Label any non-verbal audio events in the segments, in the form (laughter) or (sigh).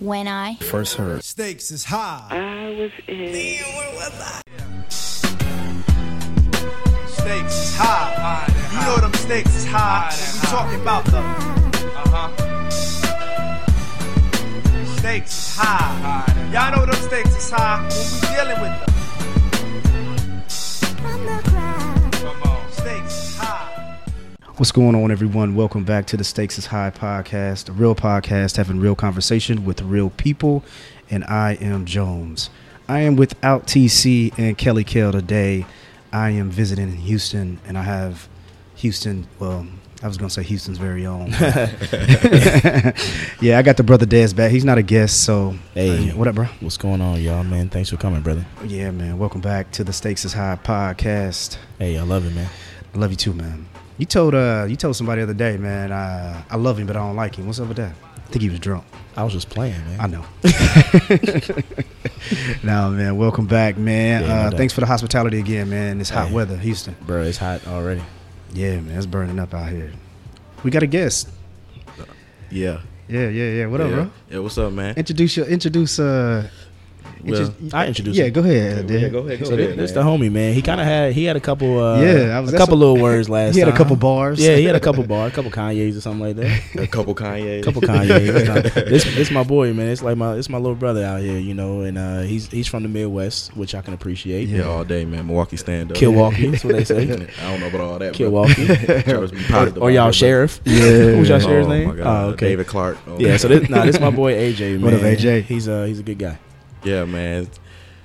When I first heard Stakes is high. I was in. Stakes is high. You know them stakes is high. We talking about the. Uh-huh. Stakes is high. Y'all know them stakes is high when we dealing with them. Come on. Stakes is high. What's going on, everyone? Welcome back to the Stakes is High podcast, a real podcast having real conversation with real people. And I am Jones. I am without TC and Kelly Kell today. I am visiting in Houston, and I have Houston. Well, I was gonna say Houston's very own. (laughs) yeah, I got the brother Dez back. He's not a guest, so uh, Hey. what up, bro? What's going on, y'all, man? Thanks for coming, brother. Yeah, man. Welcome back to the Stakes is High podcast. Hey, I love it, man. I love you too, man. You told uh you told somebody the other day, man, uh, I love him but I don't like him. What's up with that? I think he was drunk. I was just playing, man. I know. (laughs) no, man. Welcome back, man. Yeah, no uh, doubt. thanks for the hospitality again, man. It's hot Hey. weather, Houston. Bro, it's hot already. Yeah, man. It's burning up out here. We got a guest. Yeah. Yeah, yeah, yeah. What up, yeah. bro? Yeah, what's up, man? Introduce your introduce uh Well, I introduced Yeah, him. go ahead. Yeah, dude. go ahead, go So ahead. this, this the man. homie, man. He kind of had he had a couple uh, Yeah, I was- a that's couple what- little words last. He had a time. couple bars. Yeah, he had a (laughs) couple bars, a couple Kanyes or something like that. a couple Kanye. A couple Kanyes. this this my boy, man. It's like my it's my little brother out here, you know. And uh, he's he's from the Midwest, which I can appreciate. Yeah, all day, man. Milwaukee stand up. Kilwaukee, that's what they (laughs) I say. don't know about all that. bro. Kilwaukee. Charles be potted or about y'all it, but- sheriff? Yeah. Who's y'all sheriff's oh, name? My God. Oh, okay. David Clark. Oh, Yeah, so this nah, this my boy AJ. Man. What up, AJ? He's uh he's a good guy. yeah, man.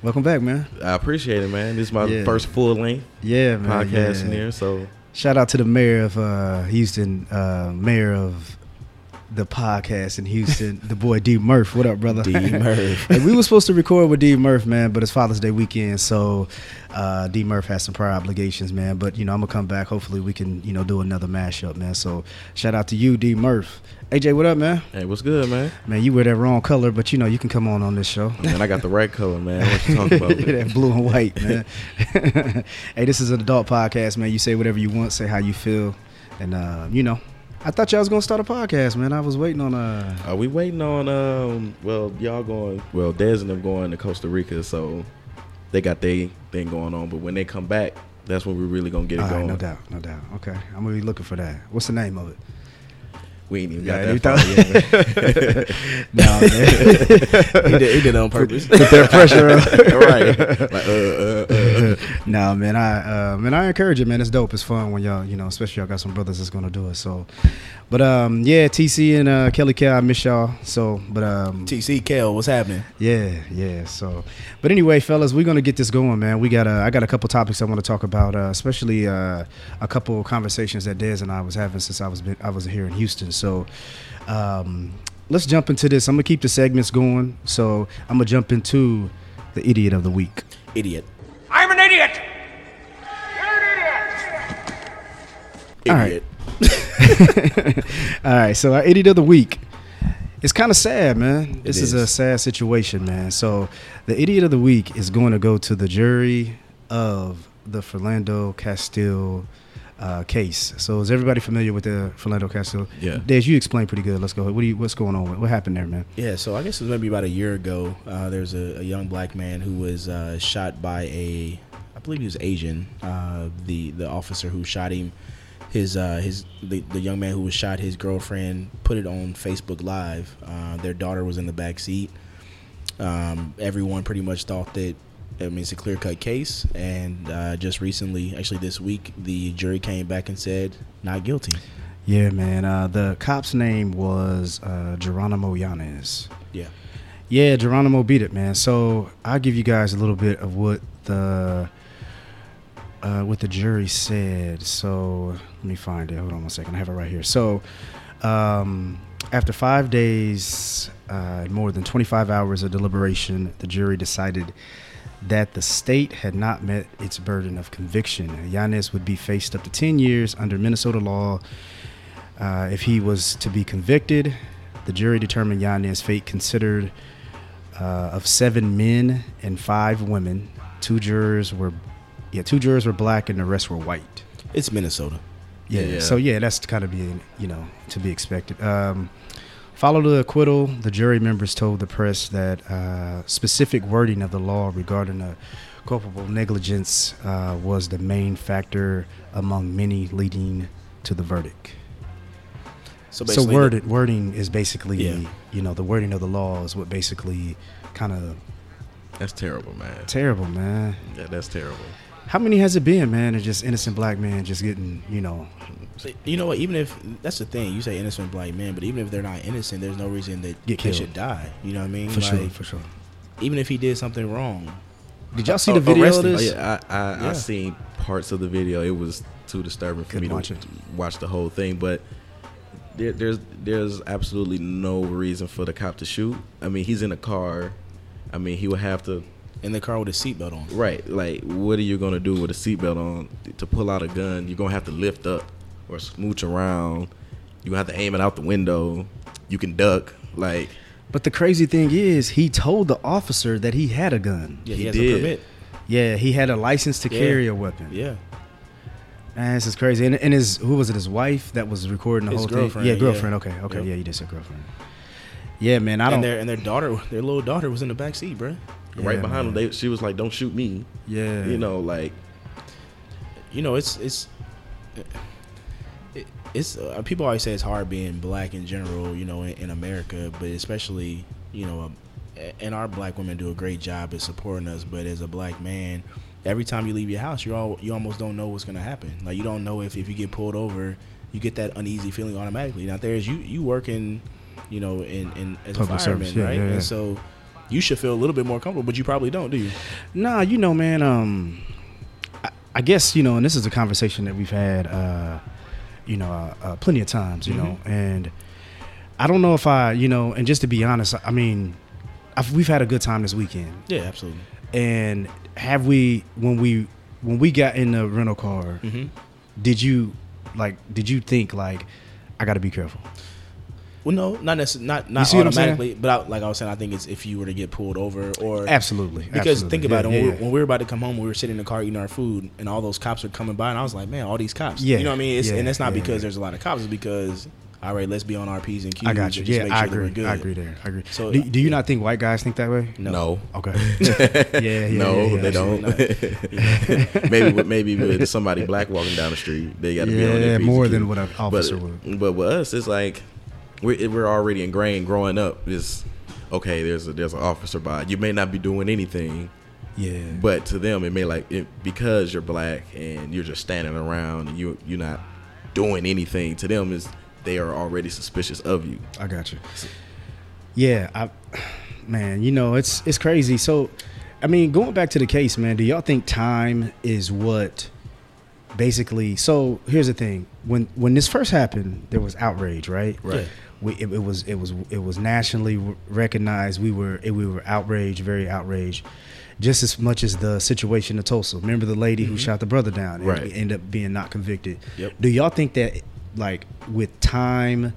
Welcome back, man. I appreciate it, man. This is my Yeah. first full length Yeah, man. podcast yeah. in here, so Shout out to the mayor of uh, Houston, uh, mayor of the podcast in (laughs) Houston, the boy D Murph. What up, brother? D (laughs) Murph. Hey, we were supposed to record with D Murph, man, but it's Father's Day weekend, so uh, D Murph has some prior obligations, man. But you know, I'm gonna come back. Hopefully, we can you know do another mashup, man. So shout out to you, D Murph. AJ, what up, man? hey, what's good, man? Man, you wear that wrong color, but you know you can come on on this show. Man, I got the right color, man. What (laughs) you talking about? man? that blue and white, man. (laughs) hey, this is an adult podcast, man. You say whatever you want, say how you feel, and uh, you know. I thought y'all was gonna start a podcast, man. I was waiting on uh Are we waiting on um? Well, y'all going? Well, Des and them going to Costa Rica, so they got they thing going on. But when they come back, that's when we really gonna get it all right, going. no doubt, no doubt. Okay, I'm gonna be looking for that. What's the name of it? (laughs) We ain't even Yeah, got that far you yet. (laughs) man. No, man. (laughs) He did, he did it on (laughs) purpose. Put that pressure on. right? Like, uh, uh, uh, uh. no, man. I uh, man, I encourage it, man. It's dope. It's fun when y'all, you know, especially y'all got some brothers that's gonna do it. So, but um, yeah, TC and uh, Kelly Kell, I miss y'all. So, but um, TC Kale, what's happening? Yeah, yeah. So, but anyway, fellas, we're gonna get this going, man. We got uh, I got a couple topics I want to talk about, uh, especially uh, a couple conversations that Dez and I was having since I was been, I was here in Houston. So, um, let's jump into this. I'm gonna keep the segments going. So I'm gonna jump into the idiot of the week. Idiot. I'm an idiot! Idiot. All right. All right. So our idiot of the week. It's kind of sad, man. This is. is. a sad situation, man. So the idiot of the week is going to go to the jury of the Fernando Castillo uh, case. So is everybody familiar with the Fernando Castillo? Yeah. Des, you explain pretty good. Let's go. What do you? What's going on? with- What happened there, man? Yeah, so I guess it was maybe about a year ago. Uh, there was a, a young black man who was uh, shot by a, I believe he was Asian. Uh, the the officer who shot him, his uh, his the, the young man who was shot, his girlfriend put it on Facebook Live. Uh, their daughter was in the back seat. Um, everyone pretty much thought that. I mean, it's a clear cut case, and uh, just recently, actually this week, the jury came back and said not guilty. Yeah, man. Uh, the cop's name was uh, Geronimo Yanes. Yeah. Yeah, Geronimo beat it, man. So I'll give you guys a little bit of what the uh, what the jury said. So let me find it. Hold on one second. I have it right here. So um, after five days, uh, more than 25 hours of deliberation, the jury decided that the state had not met its burden of conviction. Yanes would be faced up to 10 years under Minnesota law uh, if he was to be convicted. The jury determined Yanez's fate considered uh, of seven men and five women. Two jurors were, yeah, two jurors were black and the rest were white. It's Minnesota. Yeah. Yeah. So yeah, that's kind of being you know to be expected. Um, Follow the acquittal, the jury members told the press that uh, specific wording of the law regarding a culpable negligence uh, was the main factor among many leading to the verdict. So, basically the- worded, wording is basically, Yeah. you know, the wording of the law is what basically kind of That's terrible, man. terrible, man. Yeah, that's terrible. How many has it been, man? Of just innocent black man just getting, you know, you know what? Even if that's the thing, you say innocent black men, but even if they're not innocent, there's no reason that Get they killed. should die. You know what I mean? for sure, Like, for sure. Even if he did something wrong, Did y'all see Oh, the video arrest of him. Oh, this? yeah, I, I, Yeah. I seen parts of the video. It was too disturbing for Couldn't me to watch watch, it. the whole thing, but there, there's there's absolutely no reason for the cop to shoot. I mean, he's in a car. I mean, he would have to in the car with a seatbelt on. right. Like, what are you gonna do with a seatbelt on to pull out a gun? You're gonna have to lift up or smooch around. You gonna have to aim it out the window. You can duck. Like, But the crazy thing is, he told the officer that he had a gun. Yeah, He he, has did. a permit. Yeah, he had a license to Yeah. carry a weapon. Yeah, Man, this is crazy. And, and his who was it? His wife that was recording the His whole girlfriend, thing. Yeah, yeah. girlfriend. Okay, okay. Yep. Yeah, you did say girlfriend. Yeah, man. I and don't. their and their daughter, their little daughter, was in the back seat, bro. right Yeah, behind man. him, they, she was like, "Don't shoot me." Yeah. You know, like You know, it's it's it, it's uh, people always say it's hard being black in general. You know, in, in America, but especially you know, um, a- and our black women do a great job at supporting us. But as a black man, every time you leave your house, you all you almost don't know what's gonna happen. Like you don't know if if you get pulled over, you get that uneasy feeling automatically. Now there's you you working, you know, in in as a fireman, Public service, yeah, right? yeah, yeah. And so. You should feel a little bit more comfortable, but you probably don't, do you? Nah, you know, man. Um, I, I guess you know, and this is a conversation that we've had, uh, you know, uh, uh, plenty of times. You Mm-hmm. know, and I don't know if I, you know, and just to be honest, I mean, I've, we've had a good time this weekend. Yeah, absolutely. And have we when we when we got in the rental car? Mm-hmm. Did you like? Did you think like? I got to be careful. Well, no, not necess- not not see what I'm saying? automatically, but I, like I was saying, I think it's if you were to get pulled over or Absolutely. because absolutely. think about Yeah, it when, yeah, we, when we were about to come home, we were sitting in the car eating our food, and all those cops were coming by, and I was like, man, all these cops, Yeah, you know what I mean? It's, yeah, and that's not yeah, because yeah. there's a lot of cops, it's because all right, let's be on our p's and q's. I got you. and just Yeah, make I sure that we're agree. good. I agree there. I agree. So- do, do you not think white guys think that way? No. (laughs) Okay. yeah, yeah, no, yeah, yeah, they don't. (laughs) maybe with, maybe with somebody black walking down the street, they got to be on Yeah, their P's more and than Q's. what an officer would. but, but with us, it's like we're it- we're already ingrained growing up. It's okay. There's a, there's an officer by. You may not be doing anything, Yeah. but to them, it may like it, because you're black and you're just standing around and you you're not doing anything. To them, is they are already suspicious of you. I got you. Yeah, I man, you know, it's it's crazy. So, I mean, going back to the case, man, do y'all think time is what basically so here's the thing. When when this first happened, there was outrage, right? Right. Yeah. We, it, it was it was it was nationally recognized. We were it, we were outraged, very outraged, just as much as the situation in Tulsa. Remember the lady who shot the brother down and Mm-hmm. Right. end up being not convicted. Yep. Do y'all think that like with time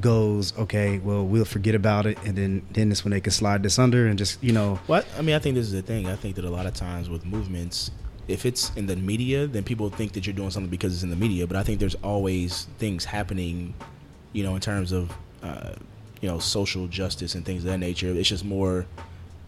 goes okay, well we'll forget about it and then then that's when they can slide this under and just you know What I mean, I think this is the thing. I think that a lot of times with movements, if it's in the media, then people think that you're doing something because it's in the media. But I think there's always things happening, you know, in terms of, uh, you know, social justice and things of that nature. It's just more,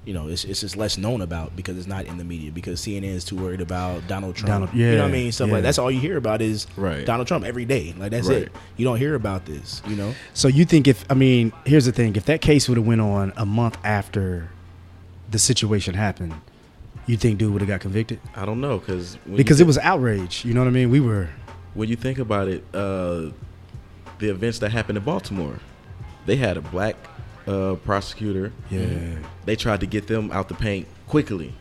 you know, it's, it's just less known about because it's not in the media because CNN is too worried about Donald Trump. Donald- you know what I yeah, mean? Stuff yeah. like that's all you hear about is Right. Donald Trump every day. Like that's Right. it. You don't hear about this. You know? So you think if I mean, here's the thing: if that case would have went on a month after the situation happened, you think dude would have got convicted I don't know because because it was outrage. You know what I mean? We were when you think about it, uh, the events that happened in Baltimore, they had a black uh, prosecutor. yeah. They tried to get them out the paint quickly,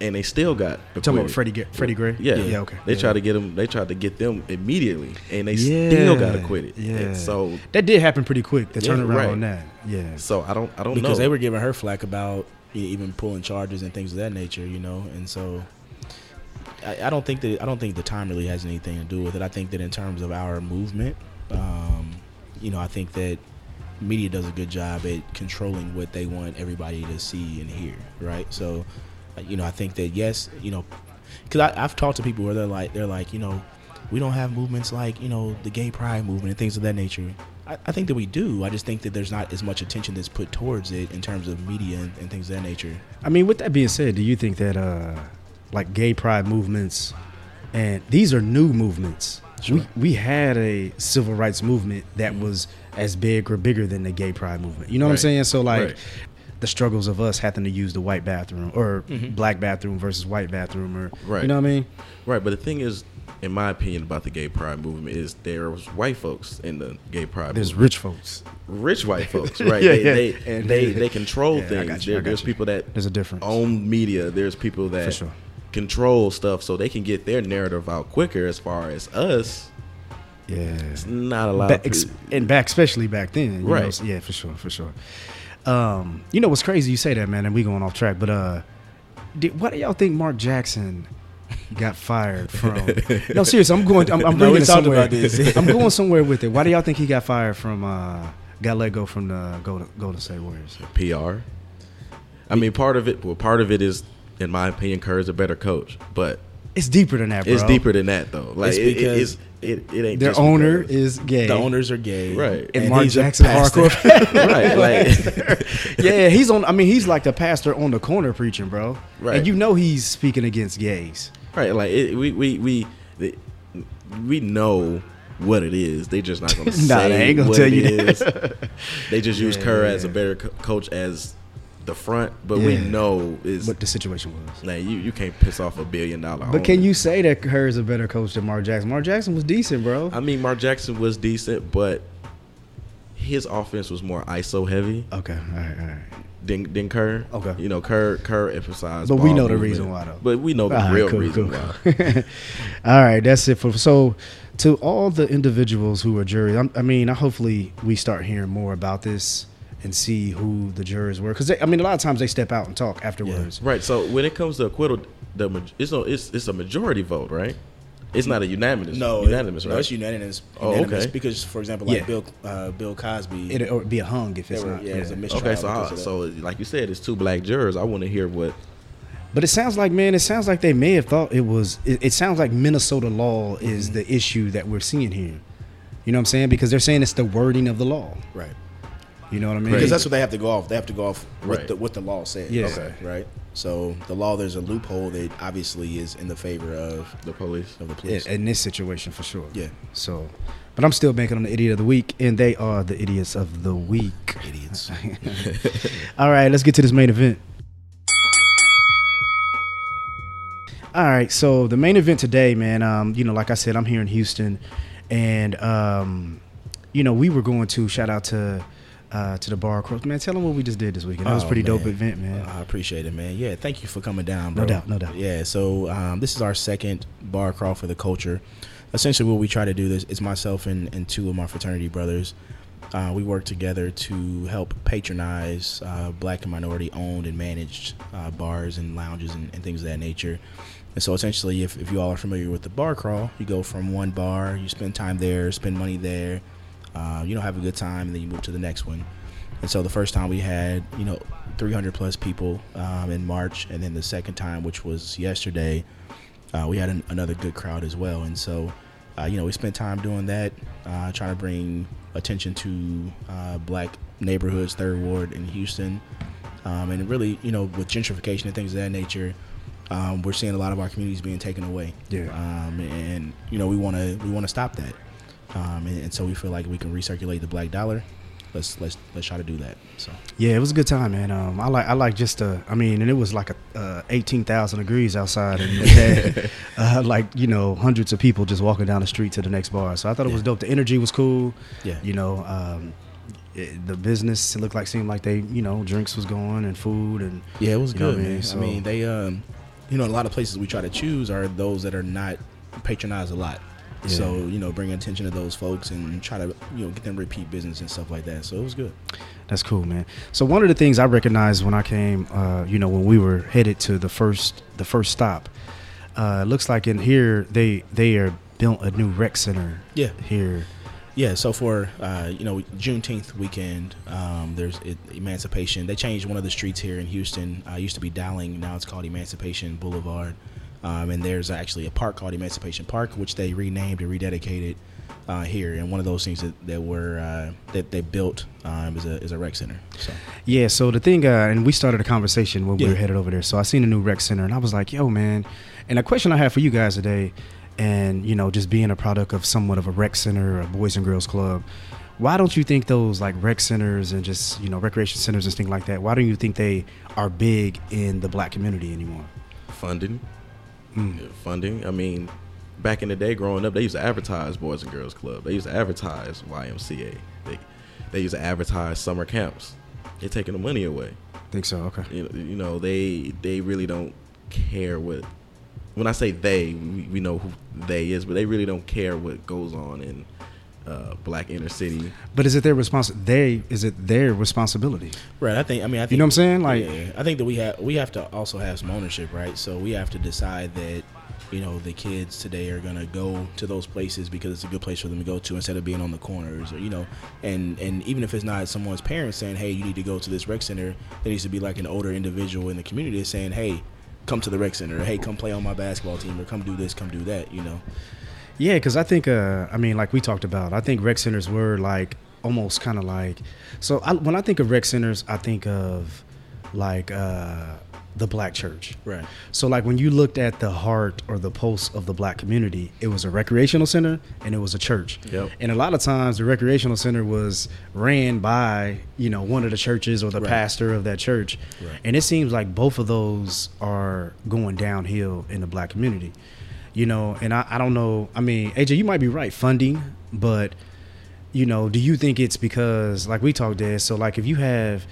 and they still got. Talking acquitted. about Freddie, Ga- Freddie Gray. Yeah, yeah, okay. They yeah. tried to get them. They tried to get them immediately, and they Yeah. still got acquitted. Yeah. And so, that did happen pretty quick. The Yeah, turnaround right. on that. Yeah. so I don't. I don't because know. they were giving her flack about e- even pulling charges and things of that nature, you know. And so, I, I don't think that I don't think the time really has anything to do with it. I think that in terms of our movement, um, you know, I think that media does a good job at controlling what they want everybody to see and hear, right? So, uh, you know, I think that yes, you know, because I've talked to people where they're like, they're like, you know, we don't have movements like you know the gay pride movement and things of that nature. I, I think that we do. I just think that there's not as much attention that's put towards it in terms of media and, and things of that nature. I mean, with that being said, do you think that uh, like gay pride movements and these are new movements? We we had a civil rights movement that was as big or bigger than the gay pride movement. You know what I'm Right. saying? So like Right. the struggles of us having to use the white bathroom or black bathroom versus white bathroom or Right. you know what I mean? Right, but the thing is, in my opinion, about the gay pride movement is there was white folks in the gay pride. There's movement. rich folks. rich white folks, right? (laughs) Yeah, (laughs) they, yeah. They, And- they they control Yeah, I things. got you, There- I got there's you. people that There's a difference. own media. There's people that sure. control stuff, so they can get their narrative out quicker. As far as us, Yeah. not a lot. Ba- of ex- people- and back especially back then you know, Right. so- yeah for sure for sure um you know what's crazy you say that man and we going off track but uh did, why do y'all think mark jackson (laughs) got fired from no seriously i'm going i'm, I'm No, we bringing it talked somewhere about this. (laughs) i'm going somewhere with it why do y'all think he got fired from uh got let go from the golden, golden state warriors PR. I mean, part of it. Well, part of it is, in my opinion, Kerr's a better coach, but it's deeper than that bro. it's deeper than that though. Like It's it- it- because it's, it, it ain't their just owner because. is gay The owners are gay, Right. and, and mark he's a jackson pastor. (laughs) hardcore (laughs) (laughs) right. Like (laughs) yeah, he's on. I mean, he's like the pastor on the corner preaching, bro. Right. Right. And you know he's speaking against gays. Right, like it, we we we the- we know what it is. They just not (laughs) gonna Nah, say they ain't gonna what tell it you is. (laughs) they just use Yeah, Kerr yeah. as a better co- coach as the front, but we Yeah. know is What the situation was. like you, you can't piss off a billion dollar. But can owner. you say that Kerr is a better coach than Mark Jackson? Mark Jackson was decent, bro. I mean, Mark Jackson was decent, but his offense was more ISO heavy okay, all right, all right. than, than Kerr. Okay. you know Kerr Kerr emphasized, But we ball know the movement. reason why, though. But we know the All right, real cool, reason cool. why. (laughs) all right, that's it for. So, to all the individuals who are juries, I'm, I mean, I hopefully we start hearing more about this and see who the jurors were. Because I mean, a lot of times they step out and talk afterwards. Right. So when it comes to acquittal, the ma- it's a, it's it's a majority vote, right? It's not a (laughs) unanimous. No, unanimous, it, right? No, it's unanimous. Oh, unanimous okay. Because, for example, like Yeah. Bill uh, Bill Cosby, It would be a hung if they it's were- not. yeah, it was a mistrial. okay. So I, because of so like you said, it's two black jurors. I want to hear what. But it sounds like, man, it sounds like they may have thought it was. It, it sounds like Minnesota law is the issue that we're seeing here. You know what I'm saying? Because they're saying it's the wording of the law. that. right. You know what I mean? Because that's what they have to go off. They have to go off what Right. the what the law says. Yeah. Okay. Right. So the law, there's a loophole that obviously is in the favor of The police. of the police. in, in this situation for sure. Yeah. So, but I'm still banking on the idiot of the week, and they are the idiots of the week. Idiots. (laughs) All right, let's get to this main event. All right, so the main event today, man. Um, you know, like I said, I'm here in Houston, and um, you know, we were going to shout out to uh, to the bar across. Man, tell them what we just did this weekend. That was a Oh, pretty dope man. event, man. I appreciate it, man. Yeah, thank you for coming down, No bro. doubt, no doubt. Yeah, so um, this is our second bar crawl for the culture. Essentially, what we try to do this is myself and, and two of my fraternity brothers. Uh, we work together to help patronize uh, black and minority owned and managed uh, bars and lounges and, and things of that nature. And so, essentially, if, if you all are familiar with the bar crawl, you go from one bar, you spend time there, spend money there, uh, you know, have a good time, and then you move to the next one. And so the first time we had, you know, 300 plus people um, in March, and then the second time, which was yesterday, uh, we had an, another good crowd as well. And so, uh, you know, we spent time doing that, uh, trying to bring attention to uh, black neighborhoods, Third Ward in Houston, um, and really, you know, with gentrification and things of that nature. Um, we're seeing a lot of our communities being taken away, Yeah. um, and you know we want to we want to stop that, um, and, and so we feel like we can recirculate the black dollar. Let's let's let's try to do that. So Yeah, it was a good time, man. Um, I like I like just uh, I mean, and it was like a, uh, eighteen thousand degrees outside, and (laughs) we had uh, like you know hundreds of people just walking down the street to the next bar. So I thought it was Yeah. dope. The energy was cool. Yeah. you know, um, it, the business it looked like seemed like they you know drinks was going and food and Yeah, it was You know what good, I mean? man. So- I mean, they, um, you know, a lot of places we try to choose are those that are not patronized a lot. So you know, bring attention to those folks and try to you know get them repeat business and stuff like that. So it was good. That's cool, man. So one of the things I recognized when I came, uh, you know, when we were headed to the first the first stop, uh, it looks like in here they they are built a new rec center. Yeah. here. Yeah. So for uh, you know Juneteenth weekend, um, there's it, Emancipation. They changed one of the streets here in Houston. Uh, it used to be Dowling. Now it's called Emancipation Boulevard. Um, and there's actually a park called Emancipation Park, which they renamed and rededicated uh, here, and one of those things that, that were uh, that they built um, is a is a rec center. So Yeah, so the thing, uh, and we started a conversation when we Yeah. were headed over there. So I seen a new rec center, and I was like, yo, man. And a question I have for you guys today, and, you know, just being a product of somewhat of a rec center or a boys and girls club, why don't you think those, like, rec centers and just, you know, recreation centers and things like that, why don't you think they are big in the black community anymore? funding. Hmm. Yeah, Funding. I mean, back in the day, growing up, they used to advertise Boys and Girls Club. They used to advertise YMCA. They, they used to advertise summer camps. They're taking the money away. Think so, okay. You know, you know they they really don't care what. When I say they, we, we know who they is, but they really don't care what goes on in uh, black inner city. But is it their respons? They is it their responsibility? right, I think I mean I think know what I'm saying? Like- Yeah, I think that we have we have to also have some ownership, right? So we have to decide that you know the kids today are gonna go to those places because it's a good place for them to go to instead of being on the corners or you know and and even if it's not someone's parents saying hey you need to go to this rec center there needs to be like an older individual in the community that's saying hey come to the rec center or, hey come play on my basketball team or come do this come do that you know Yeah, because I think, uh, I mean, like we talked about, I think rec centers were like almost kind of like. So I, when I think of rec centers, I think of like uh, the black church. Right. So like when you looked at the heart or the pulse of the black community, it was a recreational center and it was a church. Yep. And a lot of times the recreational center was ran by, you know, one of the churches or the Right. pastor of that church. Right. And it seems like both of those are going downhill in the black community. You know, and I, I don't know. I mean, AJ, you might be right, funding, but you know, do you think it's because like we talked there, so like if you have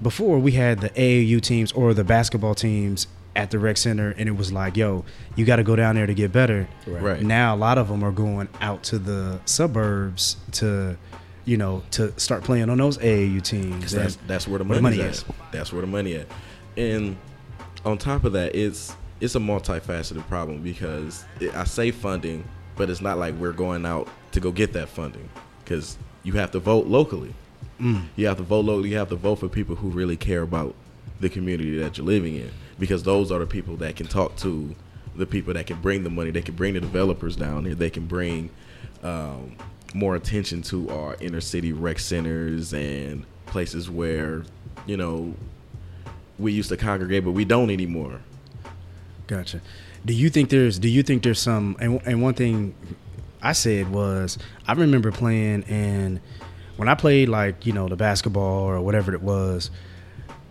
before we had the AAU teams or the basketball teams at the rec center and it was like, yo, you gotta go down there to get better. Right. Right. Now a lot of them are going out to the suburbs to you know, to start playing on those AAU teams. That's And- that's where the where money, the money is. at. That's where the money at. And on top of that, it's it's a multifaceted problem because it, I say funding, but it's not like we're going out to go get that funding because you have to vote locally. You have to vote locally. You have to vote for people who really care about the community that you're living in because those are the people that can talk to the people that can bring the money. They can bring the developers down here. They can bring um, more attention to our inner city rec centers and places where you know we used to congregate, but we don't anymore. Gotcha. Do you think there's do you think there's some and and one thing I said was I remember playing and when I played like, you know, the basketball or whatever it was,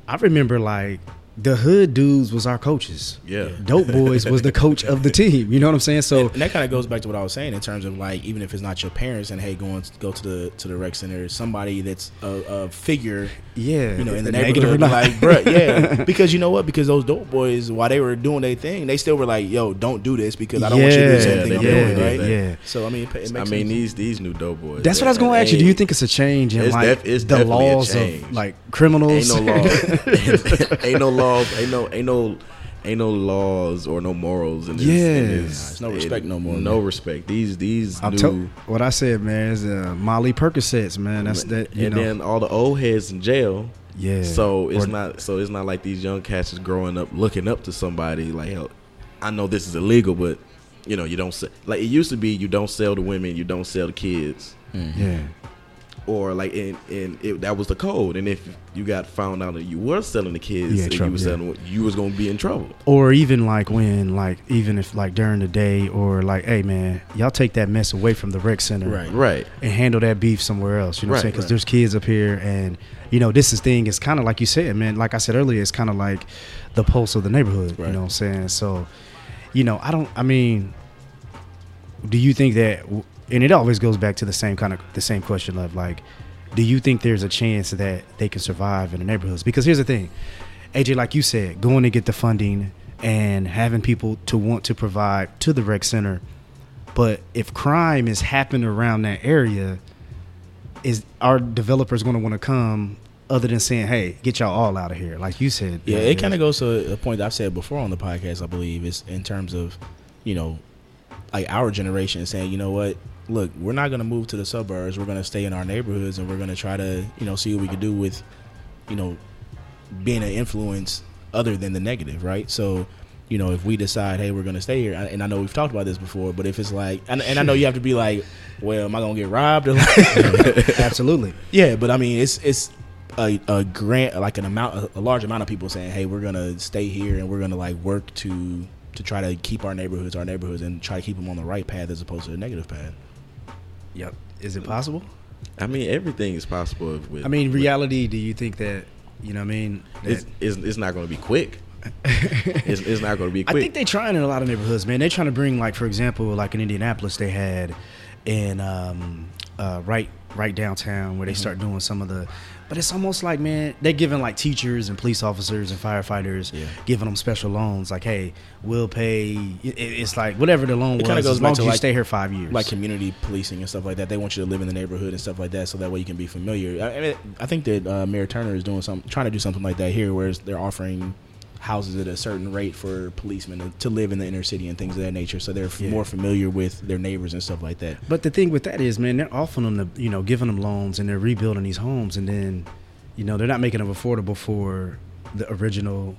I remember like the hood dudes was our coaches. Yeah. (laughs) Dope boys was the coach of the team. You know what I'm saying? So and that kind of goes back to what I was saying in terms of like even if it's not your parents and hey going go to the to the rec center somebody that's a, a figure yeah. you know in the negative or neighborhood not. like bruh (laughs) yeah because you know what because those dope boys while they were doing their thing they still were like yo don't do this because I don't want you to do the same Yeah, thing I'm yeah, doing yeah, right yeah. so I mean it, pa- it I makes mean sense. these these new dope boys. That's what I was gonna ask you. Do you think it's a change in It's like def- it's the definitely a laws of change. like ain't criminals? no laws? (laughs) ain't no laws. Ain't no ain't no ain't no laws or no morals in this. in Yeah. this- Nah, it's no respect in- no more, No man. respect. These these (laughs) I'm new. tell what I said, man, is uh, Molly Percocets, man. That's that you and know then all the old heads in jail. Yeah. So it's Or- not so it's not like these young cats is growing up looking up to somebody like hell. I know this is illegal, but you know you don't se- like it used to be. You don't sell to women. You don't sell to kids. Mm. Yeah. Or like and and it, that was the code. And if you got found out that you were selling to kids, Yeah, and trouble, you was yeah. selling, you was gonna be in trouble. or even like when like even if like during the day or like hey man y'all take that mess away from the rec center Right. Right. and handle that beef somewhere else you know what i'm Right, saying because right. there's kids up here and you know this is thing is kind of like you said man like i said earlier it's kind of like the pulse of the neighborhood you Right. know what i'm saying so you know i don't i mean do you think that and it always goes back to the same kind of the same question of like do you think there's a chance that they can survive in the neighborhoods because here's the thing aj like you said going to get the funding and having people to want to provide to the rec center but if crime is happening around that area is our developers going to want to come other than saying hey get y'all all out of here like you said Yeah, it kind of goes to a point that I've said before on the podcast, I believe, is in terms of, you know, like our generation saying, you know what, look, we're not going to move to the suburbs. We're going to stay in our neighborhoods and we're going to try to, you know, see what we can do with, you know, being an influence other than the negative, right? So you know, if we decide, hey, we're gonna stay here, and I know we've talked about this before, but if it's like, and, and I know you have to be like, well, am I gonna get robbed? Or like, (laughs) Absolutely. yeah, but I mean, it's it's a, a grant, like an amount, a large amount of people saying, hey, we're gonna stay here and we're gonna like work to to try to keep our neighborhoods, our neighborhoods, and try to keep them on the right path as opposed to the negative path. Yep. Is it possible? I mean, everything is possible. With, I mean, with- reality. Do you think that you know? what I mean, that, it's, it's, it's not going to be (laughs) quick. It's, it's not going to be I quick. think they trying in a lot of neighborhoods, man. They trying to bring like, for example, like in Indianapolis, they had in um, uh, right right downtown where Mm-hmm. they start doing some of the. But it's almost like, man, they're giving like teachers and police officers and firefighters, Yeah. giving them special loans. Like, hey, we'll pay. It, it's like whatever the loan It kinda was, goes as back long as to, you like- stay here five years. like community policing and stuff like that. They want you to live in the neighborhood and stuff like that, so that way you can be familiar. I, I, mean, I think that uh, Mayor Turner is doing some, trying to do something like that here, whereas they're offering houses at a certain rate for policemen to, to live in the inner city and things of that nature, so they're f- Yeah. more familiar with their neighbors and stuff like that. But the thing with that is, man, they're offering them the, you know, giving them loans and they're rebuilding these homes, and then, you know, they're not making them affordable for the original,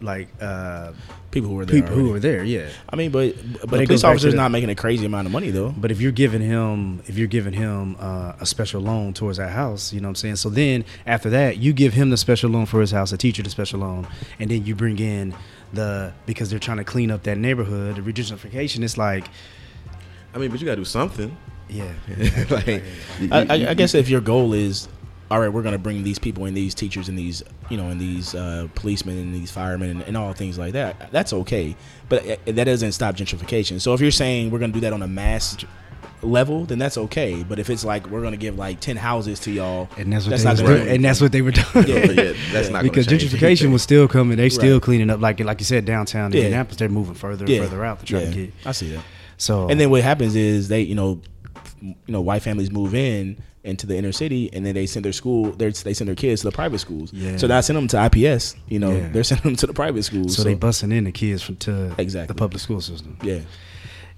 like, uh, People who are there. people who already. are there. Yeah. I mean, but but, But a it goes police back to officer's the- not making a crazy amount of money though. But if you're giving him, if you're giving him uh, a special loan towards that house, you know what I'm saying. So then after that, you give him the special loan for his house, the teacher the special loan, and then you bring in the because they're trying to clean up that neighborhood, the regentrification. It's like, I mean, but you got to (laughs) do something. (laughs) yeah, like, you- I, you- I, I guess if your goal is, all right, we're going to bring these people and these teachers and these, you know, and these uh, policemen and these firemen and, and all things like that, that's okay. But uh, that doesn't stop gentrification. So if you're saying we're going to do that on a mass level, then that's okay. But if it's like we're going to give like ten houses to y'all, and that's what that's they not was going doing, and that's what they were doing. yeah, yeah, that's (laughs) not because gonna change anything. gentrification was still coming. They still cleaning up, like like you said, downtown Yeah. Indianapolis. They're moving further and further out to try to get. I see that. So And then what happens is they, you know, you know, white families move in into the inner city, and then they send their school, they they send their kids to the private schools. Yeah. So now send them to IPS. You know, Yeah. they're sending them to the private schools. so they busting in the kids from to Exactly. the public school system. yeah.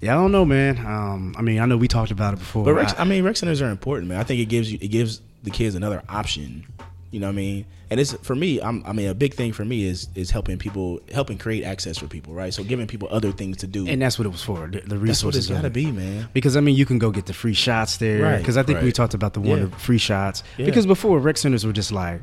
Yeah, I don't know, man. Um, I mean, I know we talked about it before. But rec, I I- mean, rec centers are important, man. I think it gives you, it gives the kids another option. You know what I mean? And it's for me. I'm, I mean, a big thing for me is is helping people, helping create access for people, right? So giving people other things to do. and that's what it was for. The, the that's what it's resources got of to it. be, man. Because I mean, you can go get the free shots there. Right, Because I think we right. talked about the one Yeah. of free shots. Yeah. Because before, rec centers were just like,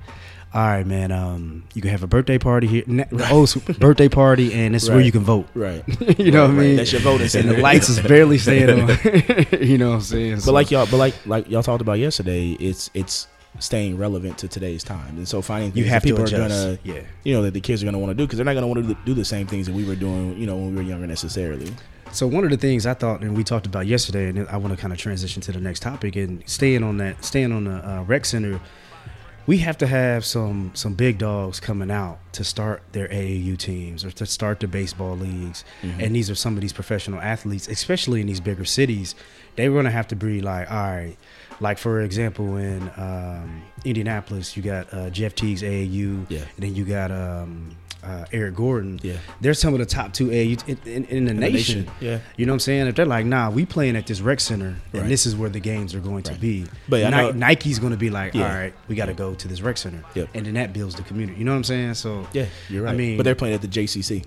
all right, man, um, you can have a birthday party here, na- the old (laughs) school birthday party, and this is where Right. you can vote. Right. (laughs) you know what I mean? That's your voting and center. the lights is barely (laughs) staying on. (laughs) you know what I'm saying? But like y'all, but like like y'all talked about yesterday, it's it's staying relevant to today's time, and so finding things you that have to people adjust. are gonna, yeah. you know, that the kids are gonna want to do because they're not gonna want to do the same things that we were doing, you know, when we were younger necessarily. So one of the things I thought, and we talked about yesterday, and I want to kind of transition to the next topic and staying on that, staying on the uh, rec center. We have to have some some big dogs coming out to start their AAU teams or to start the baseball leagues, Mm-hmm. and these are some of these professional athletes, especially in these bigger cities. They're going to have to be like, all right, like for example, in um, Indianapolis, you got uh, Jeff Teague's AAU, Yeah. and then you got um, uh, Eric Gordon. Yeah. they're some of the top two AAU in, in, in the nation. nation, yeah. You know what I'm saying? If they're like, nah, we playing at this rec center Right. and this is where the games are going to be. But I Ni- know- Nike's going to be like, Yeah. all right, we got to go to this rec center. Yep. And then that builds the community. You know what I'm saying? So, you're right. I mean, but they're playing at the JCC.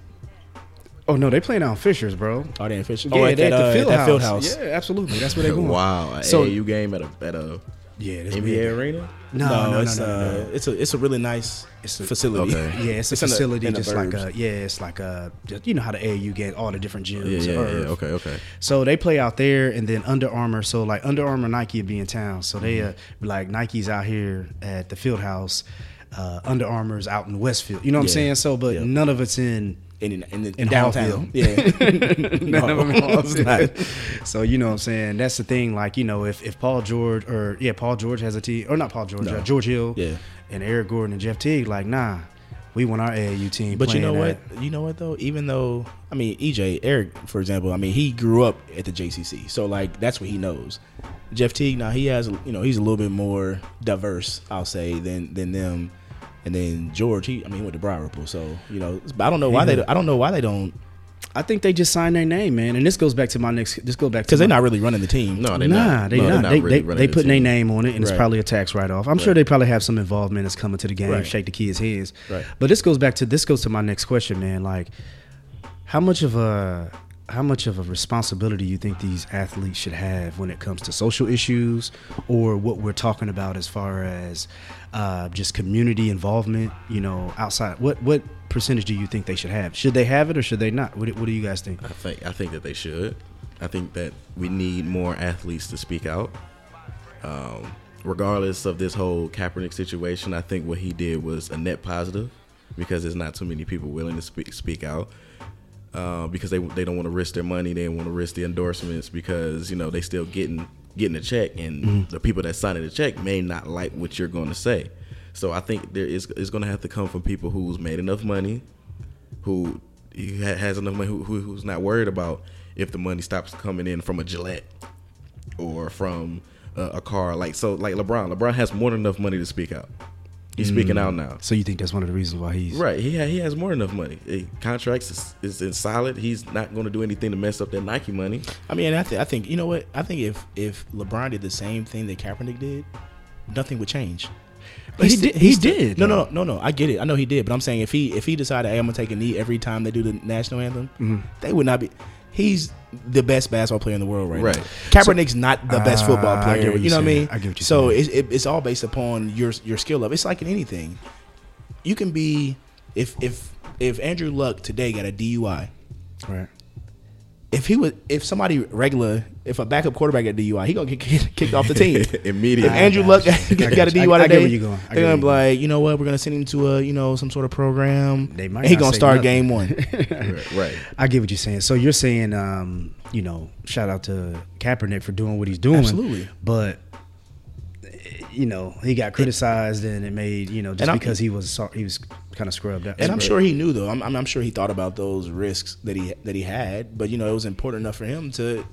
oh no, they playing out in Fishers, bro. Are they official? yeah, they at the field, Oh, that house. field house. Yeah, absolutely. That's (laughs) where (laughs) they going. wow, So- so you game at a at a Yeah, that's NBA weird. arena. No, no, no, it's no, no, no. uh, it's a it's a really nice It's a- facility. okay. (laughs) Yeah, it's a It's in the- facility, in the just like uh, burbs. a yeah, it's like a just, you know how the AAU get all the different gyms. Yeah, yeah, yeah. or- Okay, okay. So they play out there, and then Under Armour. So like Under Armour, Nike would be in town. So they uh, Mm-hmm. be like Nike's out here at the field house. Uh, Under Armour's out in Westfield. You know what I'm Yeah. saying? So, but Yep. none of (laughs) it's in. in in, in, In downtown. Hallville. (laughs) Yeah, (laughs) None of 'em in it's not. (laughs) so you know what I'm saying? That's the thing. Like you know, if if Paul George or yeah, Paul George has a team or not Paul George, uh, George Hill, Yeah. and Eric Gordon and Jeff Teague, like nah, we want our AAU team. But you know playing what? at- You know what though? Even though I mean EJ Eric, for example, I mean he grew up at the JCC, so like that's what he knows. Jeff Teague now he has you know he's a little bit more diverse, I'll say, than than them. And then George, he I mean he went to Briarpool, so you know. But I don't know why they I don't know why they don't I think they just signed their name, man. And this goes back to my next. This goes back to because they're my- not really running the team. No, they nah, not. they No, they're not. They really they, running they the putting team. their name on it, and it's Right. probably a tax write off. I'm sure they probably have some involvement that's coming to the game, Right. shake the kids' hands. Right. But this goes back to this goes to my next question, man. Like, How much of a how much of a responsibility you think these athletes should have when it comes to social issues or what we're talking about as far as uh, just community involvement you know outside what what percentage do you think they should have should they have it or should they not what, what do you guys think I think I think that they should. I think that we need more athletes to speak out. Um, regardless of this whole Kaepernick situation, I think what he did was a net positive because there's not too many people willing to speak speak out uh, because they they don't want to risk their money, they don't want to risk the endorsements because you know they still getting getting a check, and the people that signing the check may not like what you're going to say. So I think there is it's going to have to come from people who's made enough money, who he ha- has enough money, who, who- who's not worried about if the money stops coming in from a Gillette or from a, a car. Like so, like LeBron. LeBron has more than enough money to speak out. He's speaking out now. so you think that's one of the reasons why he's Right, he ha- he has more than enough money. Eh, contracts is, is in solid. He's not going to do anything to mess up that Nike money. I mean, I, th- I think you know what I think. If if LeBron did the same thing that Kaepernick did, nothing would change. He sti- did- he sti- did, No, no, no, no. I get it. I know he did, but I'm saying if he if he decided hey, I'm gonna take a knee every time they do the national anthem, Mm-hmm. they would not be. He's the best basketball player in the world right, Right. now. Kaepernick's not the best Ah, I football get player. what You you're know what I saying. mean? I get what you're so saying. it's it, it's all based upon your your skill level. It's like in anything. You can be if if if Andrew Luck today got a DUI, right if he was if somebody regular if a backup quarterback got DUI, he gonna get kicked, kicked off the team Immediately. If Andrew I Luck (laughs) got you. got a I got you. I- DUI I get today, where you're going. I get they're where gonna you're be like, you know what, we're gonna send him to a you know some sort of program. They might and he not gonna say start nothing. game one. (laughs) Right, (laughs) right. I get what you're saying. So you're saying, um, you know, shout out to Kaepernick for doing what he's doing. Absolutely. But eh, you know, he got criticized, and it made you know just And I'm- because he was so- he was kind of scrubbed out. And I'm sure he knew though. I'm, I'm I'm sure he thought about those risks that he that he had, but you know it was important enough for him to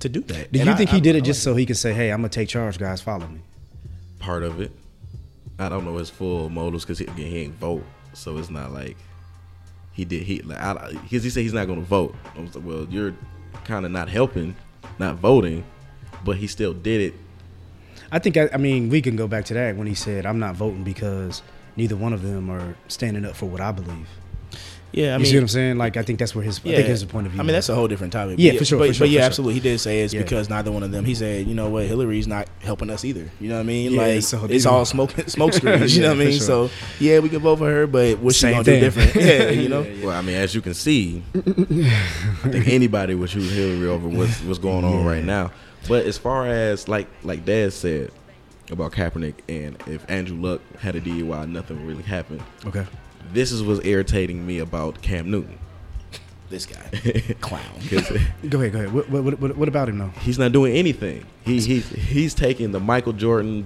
to do that. Do And you I- think he I- did I it just like so he could say, "Hey, I'm gonna take charge, guys. Follow me." Part of it. I don't know his full motives because he, again, he ain't vote, so it's not like he did. He like because he said he's not going to vote. I was like, well, you're kind of not helping, not voting, but he still did it. I think I, I mean we can go back to that when he said, "I'm not voting because neither one of them are standing up for what I believe." Yeah, I You mean, see what I'm saying? Like I think that's where his I think his point of view. I mean, that's a whole different topic. Yeah, But for sure, But, for sure, but yeah, for sure. absolutely, he did say it's Yeah. because neither one of them. He said, you know what, Hillary's not helping us either. You know what I mean? Yeah, like so it's they- all smoke (laughs) smoke (laughs) screens. You Yeah, know what I for mean? sure. So yeah, we can vote for her, but what's she Same gonna thing. do (laughs) different? yeah, you know. Well, I mean, as you can see, I (laughs) think anybody would choose Hillary over what's what's going on right now. But as far as like like Dad said about Kaepernick and if Andrew Luck had a DUI, nothing really happened. okay. This is what's irritating me about Cam Newton. (laughs) This guy, (laughs) clown. 'Cause- Go ahead, go ahead. What, what, what, what about him though? He's not doing anything. He he's he's taking the Michael Jordan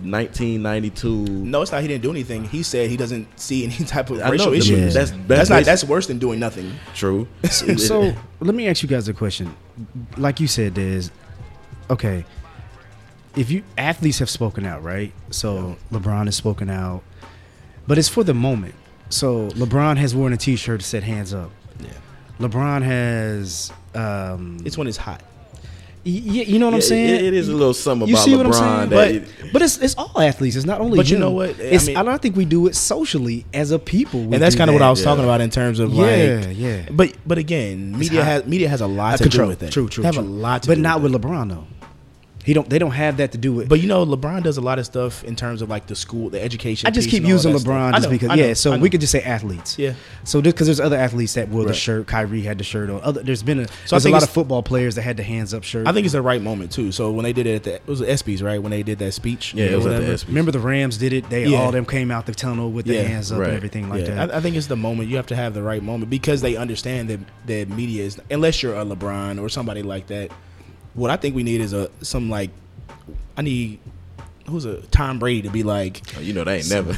1992. No, it's not. He didn't do anything. He said he doesn't see any (laughs) type of I know, racial the- issues. that's- That's, that's not. basi- That's worse than doing nothing. True. so let me ask you guys a question. Like you said, there's okay. If you athletes have spoken out, right? So LeBron has spoken out, but it's for the moment. So LeBron has worn a T-shirt that said "Hands Up." Yeah, LeBron has, um, y- it's when it's hot. y- you know what I'm Yeah, saying? it- it is a little something You about see what I'm LeBron saying? that But, but it's it's all athletes. It's not only. But you him. know what? I It's, I, mean- don't think we do it socially as a people. and We that's do kind of what that. I was yeah. talking about in terms of Yeah, like, yeah. But but again, media hot. has media has a lot Uh, to control. do with it. True, true, They have true. a lot to but do not with, with LeBron though. He don't. They don't have that to do with. it. But you know, LeBron does a lot of stuff in terms of like the school, the education. I just piece keep and all using that stuff. LeBron I just know, because. I know, yeah, so I we know. could just say athletes. Yeah. So just because there's other athletes that wore the Right. shirt, Kyrie had the shirt on. Other, there's been a. So I there's a think lot it's- of football players that had the hands up shirt. I think it's the right moment too. So when they did it at the it was the ESPYS, right? When they did that speech, Yeah, it or was at the whatever. ESPYs. Remember the Rams did it. They Yeah. all them came out the tunnel with their Yeah, hands up right. and everything like yeah, that. I, I think it's the moment you have to have the right moment because they understand that that media is unless you're a LeBron or somebody like that. What I think we need is a some like I need who's a Tom Brady to be like, (laughs) you know they (laughs) ain't never.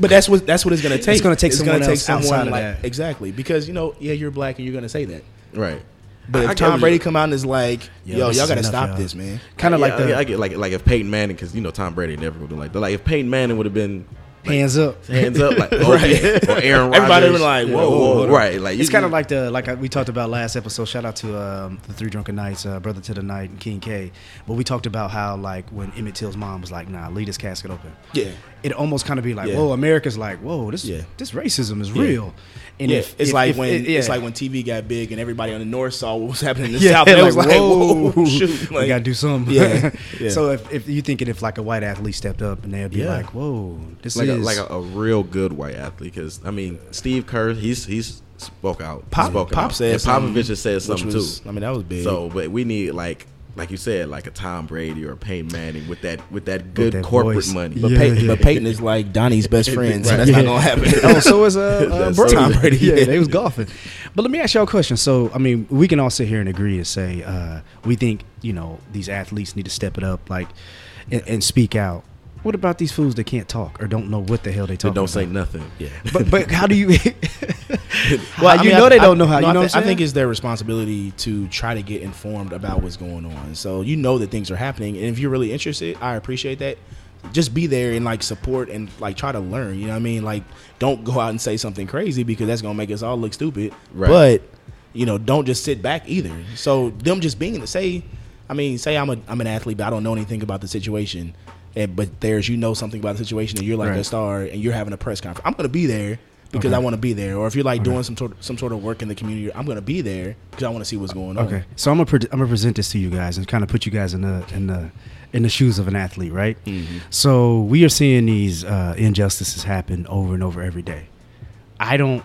but that's what that's what it's gonna take. gonna take someone else outside of like, that. exactly because you know yeah you're black and you're gonna say that. right. But I- if I get what Tom you- Brady come out and is like, Yo, yo, this y'all is gotta enough, stop y'all. this, man. kind of Yeah, like I, the. I get like like if Peyton Manning because you know Tom Brady never would do like that. Like if Peyton Manning would have been hands up. hands (laughs) up, like oh, yeah, or Aaron Rodgers. Everybody was like, Yeah, whoa, whoa, whoa. right? Like you- it's kind of you- like the like I, we talked about last episode. Shout out to um, the Three Drunken Knights, uh, Brother to the Night, and King K. But we talked about how like when Emmett Till's mom was like, "Nah, leave this casket open." Yeah. It almost kind of be like, Yeah. "Whoa, America's like, whoa, this Yeah. this racism is real." And yeah, if- it's if- like if- when it- yeah. it's (laughs) like when TV got big and everybody on the north saw what was (laughs) happening in the yeah, south. like, And it was like, whoa, whoa, (laughs) shoot, (laughs) we like, gotta do something. (laughs) Yeah, yeah. so if, if you thinking if like a white athlete stepped up and they'd be Yeah. like, "Whoa, this like a, is like a, a real good white athlete. Because I mean, Steve Kerr, he's he's spoke out. Pop- spoke Pop out. said and something, Popovich has said which something was- too. I mean, that was big. So, but we need like like you said, like a Tom Brady or a Peyton Manning with that with that good that corporate voice. money. But, Yeah, Peyton, yeah. but Peyton is like Donnie's best friend, so Right. that's Yeah. not gonna (laughs) happen. oh, so (laughs) is uh, uh That's Brady. Tom Brady, (laughs) Yeah, yeah. they was golfing. But let me ask y'all a question. So, I mean, we can all sit here and agree and say uh, we think you know these athletes need to step it up, like, and, and speak out. What about these fools that can't talk or don't know what the hell they But talking? don't say about? nothing. Yeah. But but how (laughs) do you? (laughs) Well, well, I you mean, know I- they I- don't know how. no, you know I, what thi- I'm saying? I think it's their responsibility to try to get informed about what's going on. So you know that things are happening, and if you're really interested, I appreciate that. Just be there and like support and like try to learn. You know what I mean? Like, don't go out and say something crazy because that's gonna make us all look stupid. Right. But you know, don't just sit back either. So them just being to say, I mean, say I'm a I'm an athlete, but I don't know anything about the situation. And, but there's you know something about the situation, and you're like Right. a star, and you're having a press conference. I'm gonna be there because Okay. I want to be there. Or if you're like doing some sort some sort of work in the community, I'm gonna be there because I want to see what's going on. Okay, so I'm gonna pre- I'm gonna present this to you guys and kind of put you guys in the in the in the shoes of an athlete, right? So we are seeing these uh, injustices happen over and over every day. I don't,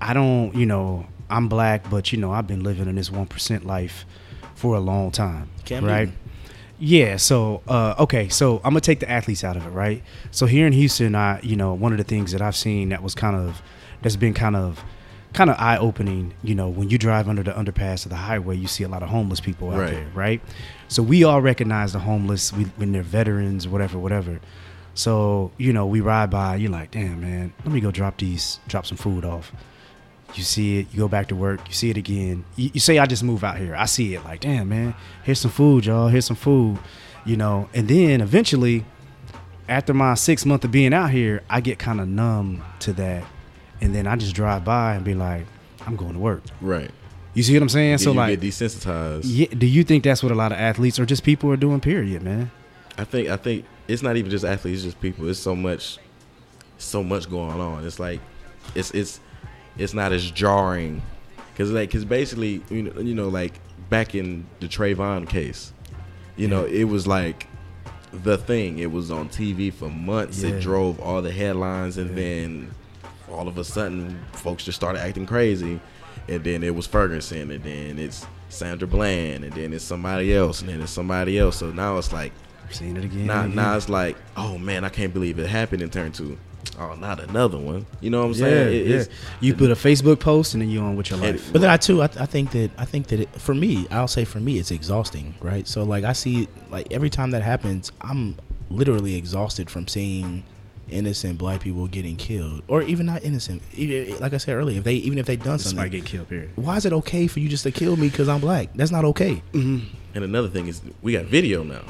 I don't, you know, I'm black, but you know, I've been living in this one percent life for a long time, Cam right? Newton. Yeah. So uh, okay. So I'm gonna take the athletes out of it, right? So here in Houston, I you know one of the things that I've seen that was kind of that's been kind of kind of eye opening. You know, when you drive under the underpass of the highway, you see a lot of homeless people out Right. there, right? So we all recognize the homeless we, when they're veterans, whatever, whatever. So you know, we ride by. You're like, damn man, let me go drop these, drop some food off. You see it, you go back to work, you see it again. You, you say, I just move out here. I see it like, damn, man, here's some food, y'all, here's some food, you know. And then eventually, after my six month of being out here, I get kind of numb to that. And then I just drive by and be like, I'm going to work. (laughs) Right. You see what I'm saying? so, you like, get desensitized. yeah, do you think that's what a lot of athletes or just people are doing, period, man? I think I think it's not even just athletes, it's just people. It's so much, so much going on. It's like, it's it's it's not as jarring, cause like cause basically you know, you know like back in the Trayvon case, you know it was like the thing. It was on TV for months. Yeah. It drove all the headlines, and then all of a sudden folks just started acting crazy, and then it was Ferguson, and then it's Sandra Bland, and then it's somebody else, and then it's somebody else. So now it's like. I've seen it again. Now, and now again. it's like, oh man, I can't believe it happened and turned to, oh, not another one. You know what I'm Yeah, saying? It- yeah. it's- You put a Facebook post and then you on with your It- life. But then I too, I, I think that I think that it, for me, I'll say for me, it's exhausting, right? So like I see, like every time that happens, I'm literally exhausted from seeing innocent black people getting killed, or even not innocent. E- Like I said earlier, if they even if they done Somebody something, get killed, period. why is it okay for you just to kill me because I'm black? That's not (laughs) okay. and another thing is, we got video now.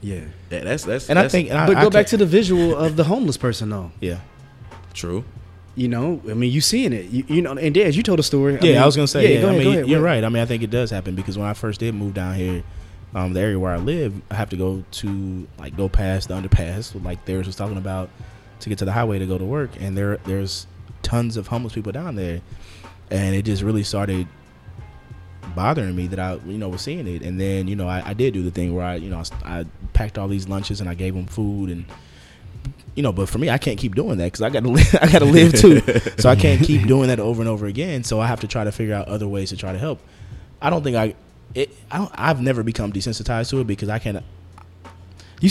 Yeah. Yeah, that's that's. And I that's think, and I, But I go back can't- to the visual of the homeless person, though. yeah. true. You know, I mean, you seeing it. You, you know, and Dez, you told a story. Yeah, I, mean, was gonna say. Yeah, go I ahead, mean, go ahead, you're go ahead. right. I mean, I think it does happen because when I first did move down here, um, the area where I live, I have to go to like go past the underpass, like theirs was talking about, to get to the highway to go to work, and there there's tons of homeless people down there, and it just really started bothering me that I you know was seeing it, and then you know I, I did do the thing where I you know I s- I, packed all these lunches and I gave them food and. You know, but for me, I can't keep doing that because I got (laughs) to live. I got to live too, so I can't keep doing that over and over again. So I have to try to figure out other ways to try to help. I don't think I, it, I don't, I've never become desensitized to it because I can. You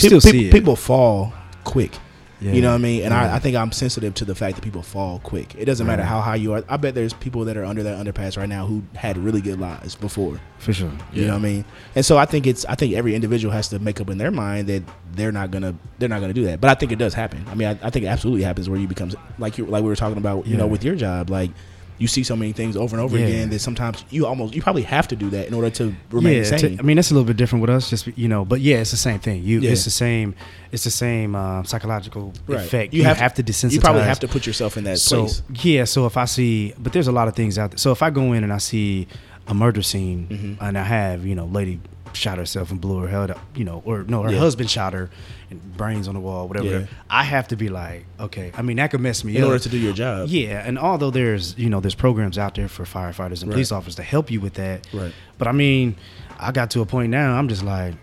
peop- still peop- see it. people fall quick. Yeah. You know what I mean? And Yeah. I, I think I'm sensitive to the fact that people fall quick. It doesn't matter how high you are. I bet there's people that are under that underpass right now who had really good lives before. for sure. You know what I mean? And so I think it's I think every individual has to make up in their mind that they're not gonna they're not gonna do that. But I think it does happen. I mean, I, I think it absolutely happens where you become like you like we were talking about. You know, Yeah. with your job, like you see so many things over and over Yeah. again that sometimes you almost you probably have to do that in order to remain yeah, sane. to- I mean that's a little bit different with us, just you know. But yeah, it's the same thing. You, Yeah. it's the same, it's the same uh, psychological effect. You, have, to desensitize. You probably have to put yourself in that So place. yeah, so if I see, but there's a lot of things out there. So if I go in and I see a murder scene, Mm-hmm. and I have you know, lady shot herself and blew her head up, you know, or no, her Yeah. husband shot her, and brains on the wall, whatever. Yeah. I have to be like, okay. I mean, that could mess me In up order to do your job. Yeah, and although there's you know there's programs out there for firefighters and police Right. officers to help you with that, Right. But I mean, I got to a point now. I'm just like,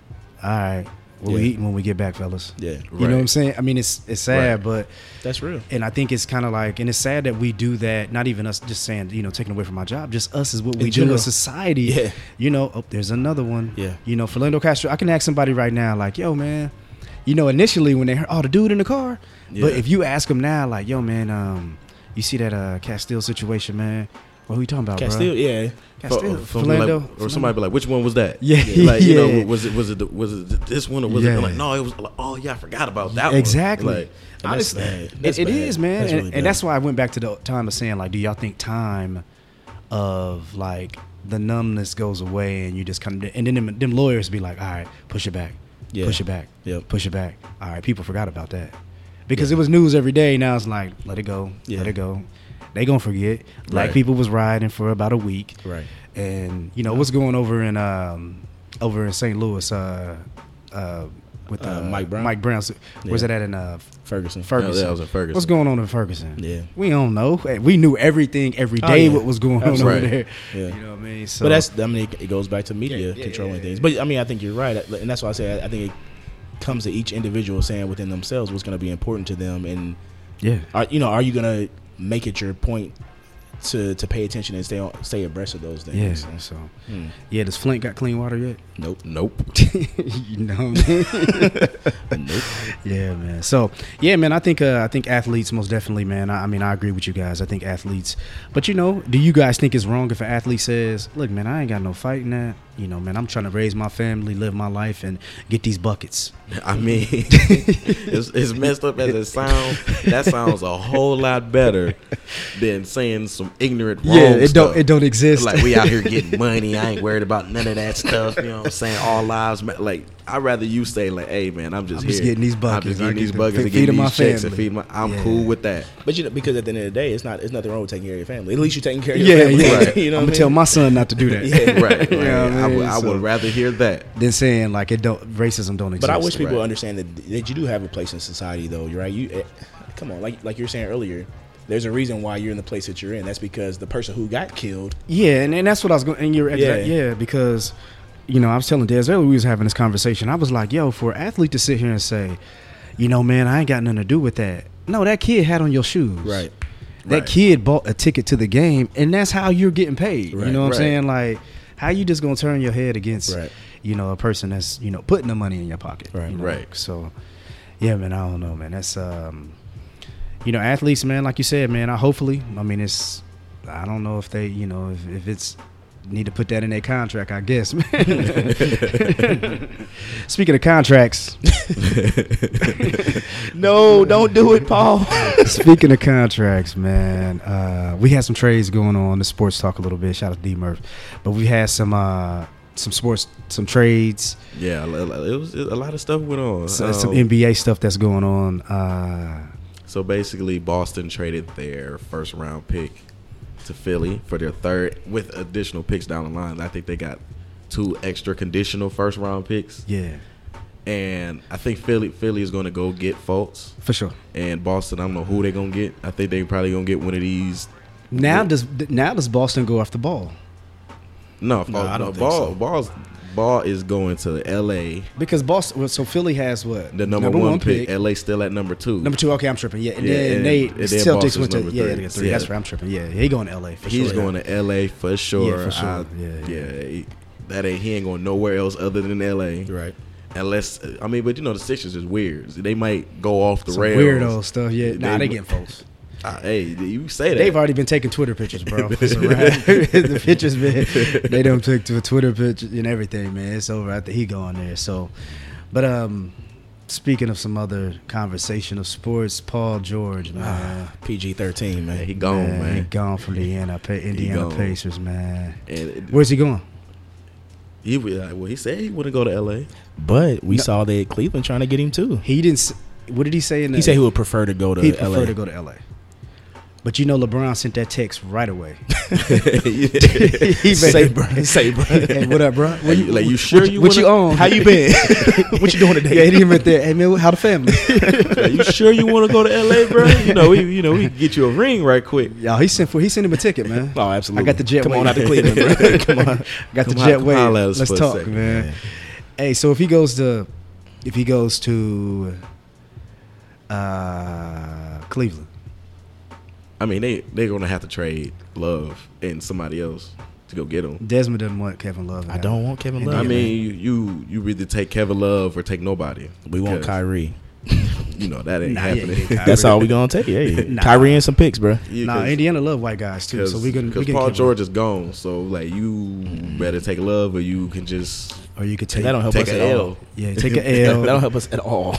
all right, what we Yeah. eating when we get back, fellas. Yeah. you know what I'm Right. saying. I mean, it's it's sad, Right. but That's real. and I think it's kind of like, and it's sad that we do that. Not even us, just saying, you know, taking away from my job. Just us is what we do general. as society. Yeah. You know, oh, there's another one. Yeah. You know, Philando Castro. I can ask somebody right now, like, yo, man. You know, initially when they heard, oh, the dude in the car. But Yeah. if you ask them now, like, yo, man, um, you see that uh Castile situation, man? Well, who you talking about, Castile, bro? yeah. Castile, Or- or, Uh, like- Philando, or Philando. somebody be like, "Which one was that?" Yeah, like you yeah. know, was it was it the, was it this one or was Yeah. it like no? It was like, oh yeah, I forgot about that. one." Exactly. Like, And that's Honestly, bad. it- That's it bad. is, man, That's and, really and bad. that's why I went back to the time of saying, like, do y'all think time of like the numbness goes away and you just kind of, and then them, them lawyers be like, all right, push it back, Yeah. push it back, Yep. push it back. All right, people forgot about that because it was news every day. Now it's like, let it go, Yeah. let it go. They gonna forget. Black Right. people was riding for about a week, Right. And you know what's going over in um over in St. Louis, uh, uh, with Uh, uh, Mike Brown? Mike Brown. Where's Yeah. that at in uh Ferguson. Ferguson. No, that was in Ferguson. What's going on in Ferguson? Yeah. We don't know. Hey, We knew everything every Oh, day yeah. what was going on over Absolutely. there. Yeah. You know what I mean? So But that's I mean it, it goes back to media yeah, controlling yeah, things. yeah. But I mean I think you're right, I- and that's why I say I, I think it comes to each individual saying within themselves what's going to be important to them, and yeah. are, you know are you going to make it your point to to pay attention and stay on, stay abreast of those Yeah. things? So Hmm. yeah, does Flint got clean water yet? Nope. Nope. you know. What I mean? (laughs) nope. Yeah, man. So, yeah, man. I think uh, I think athletes most definitely, man. I, I mean, I agree with you guys. I think athletes, but you know, do you guys think it's wrong if an athlete says, "Look, man, I ain't got no fight in that. You know, man, I'm trying to raise my family, live my life, and get these buckets." (laughs) I mean, it's, it's messed up as it sounds. That sounds a whole lot better than saying some ignorant wrong yeah, it stuff. don't it don't exist. Like we out here (laughs) getting money. I ain't worried about none of that stuff. You know what I'm saying? All lives. ma- Like I'd rather you say like, "Hey man, I'm just I'm here. just getting these I'm buckets. just I getting get these to buckets feed- and getting feed my these checks and family." feed my. I'm Yeah. cool with that. But you know, because at the end of the day, it's not it's nothing wrong with taking care of your family. At least you're taking care of your yeah, family. (laughs) yeah. Right. you know, I'm what I gonna tell mean? my son not to do (laughs) that. Yeah. Right. (laughs) right. (laughs) Yeah, I, man, would, I so- would rather (laughs) hear that. (laughs) Than saying like it don't racism don't exist. But I wish people right. understand that that you do have a place in society, though. You're right. You eh, come on, like like you were saying earlier. There's a reason why you're in the place that you're in. That's because the person who got killed. Yeah, and, and that's what I was going. And you're exact, yeah. Yeah. because you know I was telling Des earlier we was having this conversation. I was like, yo, for an athlete to sit here and say, you know, man, I ain't got nothing to do with that. No, that kid had on your shoes. Right. That Right. kid bought a ticket to the game, and that's how you're getting paid. you Right, know what right. I'm saying? Like, how you just gonna turn your head against, Right. you know, a person that's you know putting the money in your pocket. Right, you know? right. So, yeah, man, I don't know, man. That's um, you know, athletes, man, like you said, man, I hopefully, I mean, it's, I don't know if they, you know, if, if it's, need to put that in their contract, I guess, man. (laughs) Speaking of contracts, (laughs) No, don't do it, Paul. (laughs) Speaking of contracts, man, uh, we had some trades going on. The sports talk a little bit. Shout out to D Murph, but we had some uh, some sports, some trades, Yeah, it was it- a lot of stuff went on. so- some Um, NBA stuff that's going on. Uh, So basically, Boston traded their first round pick to Philly for their third, with additional picks down the line. I think they got two extra conditional first round picks, yeah, and I think Philly Philly is going to go get Fultz for sure. and Boston. I don't know who they're going to get. I think they probably going to get one of these. Now does now does Boston go off the ball? No, No, I Fultz- don't no, think ball so. balls. Ball is going to L.A. Because Boston, well, so Philly has what The number, one, pick. L.A. still at number two. Number two, okay, I'm tripping. Yeah, and Yeah, then and- they and then Celtics Boston's went to number yeah, three. they got three. Yeah. That's right, I'm tripping. Yeah, he going to LA. For He's sure. going to L.A. for sure. for sure. I- Yeah, yeah. yeah. he- that ain't he ain't going nowhere else other than L.A. right. Unless I mean, but you know the Sixers is weird. They might go off the Some rails. weirdo stuff. Yeah, nah, they They- getting folks. Uh, hey, you say that? They've already been taking Twitter (laughs) pictures, bro. It's a wrap. (laughs) the pictures, man. They don't took to a Twitter picture and everything, man. It's over after he gone there. So, but um, speaking of some other conversation of sports, Paul George, (sighs) man. PG thirteen, Oh, man. He gone, man, man. He gone from the Indiana, pa- Indiana gone. Pacers, man. And it- Where's he going? he was like, well, he said he wouldn't go (laughs) to (laughs) L.A. But we No. saw that Cleveland trying to get him too. He didn't. s- What did he say in the? He said he would prefer to go to he'd LA. prefer to go to LA. But you know, LeBron sent that text right away. Yeah. he Say, (laughs) bruh. Say, bruh. (laughs) Hey, what up, bro? Like, you- like, you sure what, you what you wanna- on? How you been? what you doing today? yeah, he didn't even there. Hey man, how the family? Like, you sure you want to go to L.A., bro? You know, we you know we can get you a ring right quick. Y'all, he sent for he sent him a ticket, man. Oh, absolutely. I got the jet Come wave. on out to Cleveland, (laughs) bro. Come on. Got the Come on- jet come wave. holler at us Let's for a talk, second, man. man. Hey, so if he goes to, if he goes to, uh, Cleveland, I mean, they they're gonna have to trade Love and somebody else to go get him. Desmond doesn't want Kevin Love. I don't want Kevin Love. Yeah, I mean, you, you you either take Kevin Love or take nobody. we want Because, Kyrie. You know that ain't Nah, yeah, happening. yeah, That's all we gonna take. (laughs) Hey, Nah. Kyrie and some picks, bro. (laughs) Yeah, nah, 'cause- Indiana love white guys too, so we can we because can Paul Kevin- George is gone, so like you better take love, or you can just or you could take That don't help take us a at all. L. yeah take (laughs) an That don't L. (laughs) help us at (laughs) all.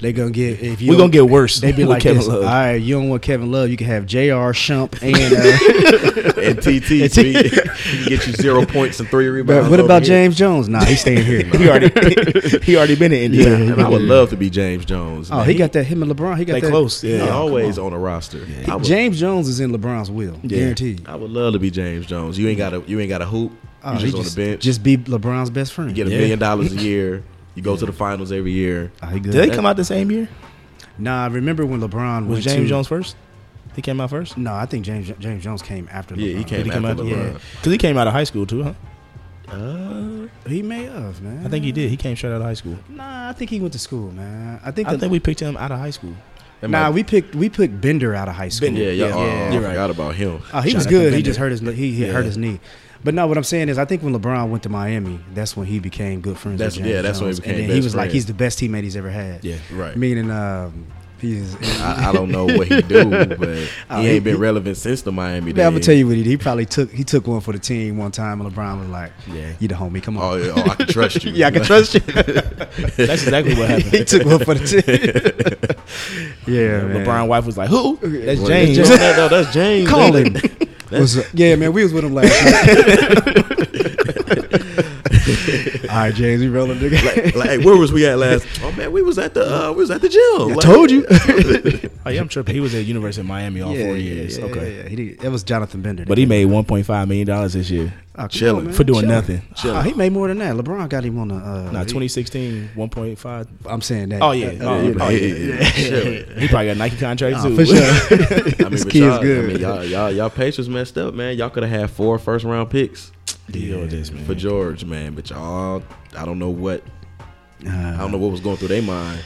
they gonna get if you We're don't- gonna get worse. They be with like, Kevin this, Love. all right, you don't want Kevin Love, you can have J.R. Shump and uh, (laughs) and TT so he, he can get you zero points and three rebounds. But what over about here. James Jones? Nah, he's staying here. (laughs) he already he already been in Yeah, Indiana. he And I would love to be James Jones. oh, Man, he got that. Him and LeBron, he got They that. close. he Yeah. always on the roster. I, would, James Jones is in LeBron's will, Yeah. guaranteed. I would love to be James Jones. You ain't got a you ain't got a hoop. Oh, you he just on the bench. just be LeBron's best friend. you get a Yeah. (laughs) million dollars a year. You go to the finals every year. Oh, he good. Did they come out the same year? Nah, I remember when LeBron Was went James to- Jones first? He came out first. No, I think James James Jones came after. Yeah, he LeBron. came he come after out- LeBron. yeah. Because he came out of high school too, huh? Uh, He may have, man. I think he did. He came straight out of high school. Nah, I think he went to school, man. I think. I the- think we picked him out of high school. that nah, might- we picked we picked Bender out of high school. yeah, yeah, oh, I You're right. forgot about him. Oh, he was Jonathan good. He Bender. just hurt his he, he Yeah. hurt his knee. But no, what I'm saying is, I think when LeBron went to Miami, that's when he became good friends That's- with James yeah, that's when he Jones. became And then best he was like, friends. he's the best teammate he's ever had. Yeah. Right. Meaning, um, he's. (laughs) I, I don't know what he (laughs) do, but Oh, he he- ain't been relevant since the Miami. Man, I'm gonna days. tell you what he did. He probably took he took one for the team one time, and LeBron was like, Yeah. you the homie. Come Oh, on." yeah, oh, I can trust you. (laughs) yeah, I (laughs) can trust you. That's exactly what happened. (laughs) (laughs) he took one for the team. yeah, man. LeBron wife was like, "Who? That's Well, James." that's- no, no, that's James. Call (laughs) him. Was- yeah, man, we was with him last (laughs) night. All right, James, we rolling, nigga. like, like, where was we at last? Oh man, we was at the uh, we was at the gym. I Like, told (laughs) you. Oh yeah, I'm tripping. He was at University of Miami all four years. (laughs) Yeah, okay, yeah, yeah. He did, that was Jonathan Bender. but he made 1.5 million dollars this year Oh, come on, chilling. man, for doing chilling. nothing. Oh, he made more than that. LeBron got him on the. Uh, Nah, 2016, 1.5. I'm saying that. Oh yeah, Uh, oh, you know, oh, yeah. (laughs) Chilling. He probably got Nike contract nah, too. (laughs) for sure. I mean, (laughs) This but kid's y'all- good. I mean, y'all, y'all, y'all Patriots messed up, man. Y'all could have had four first round picks Deal with this man. for George, man. But y'all, I don't know what I Uh, don't know what was going through their mind.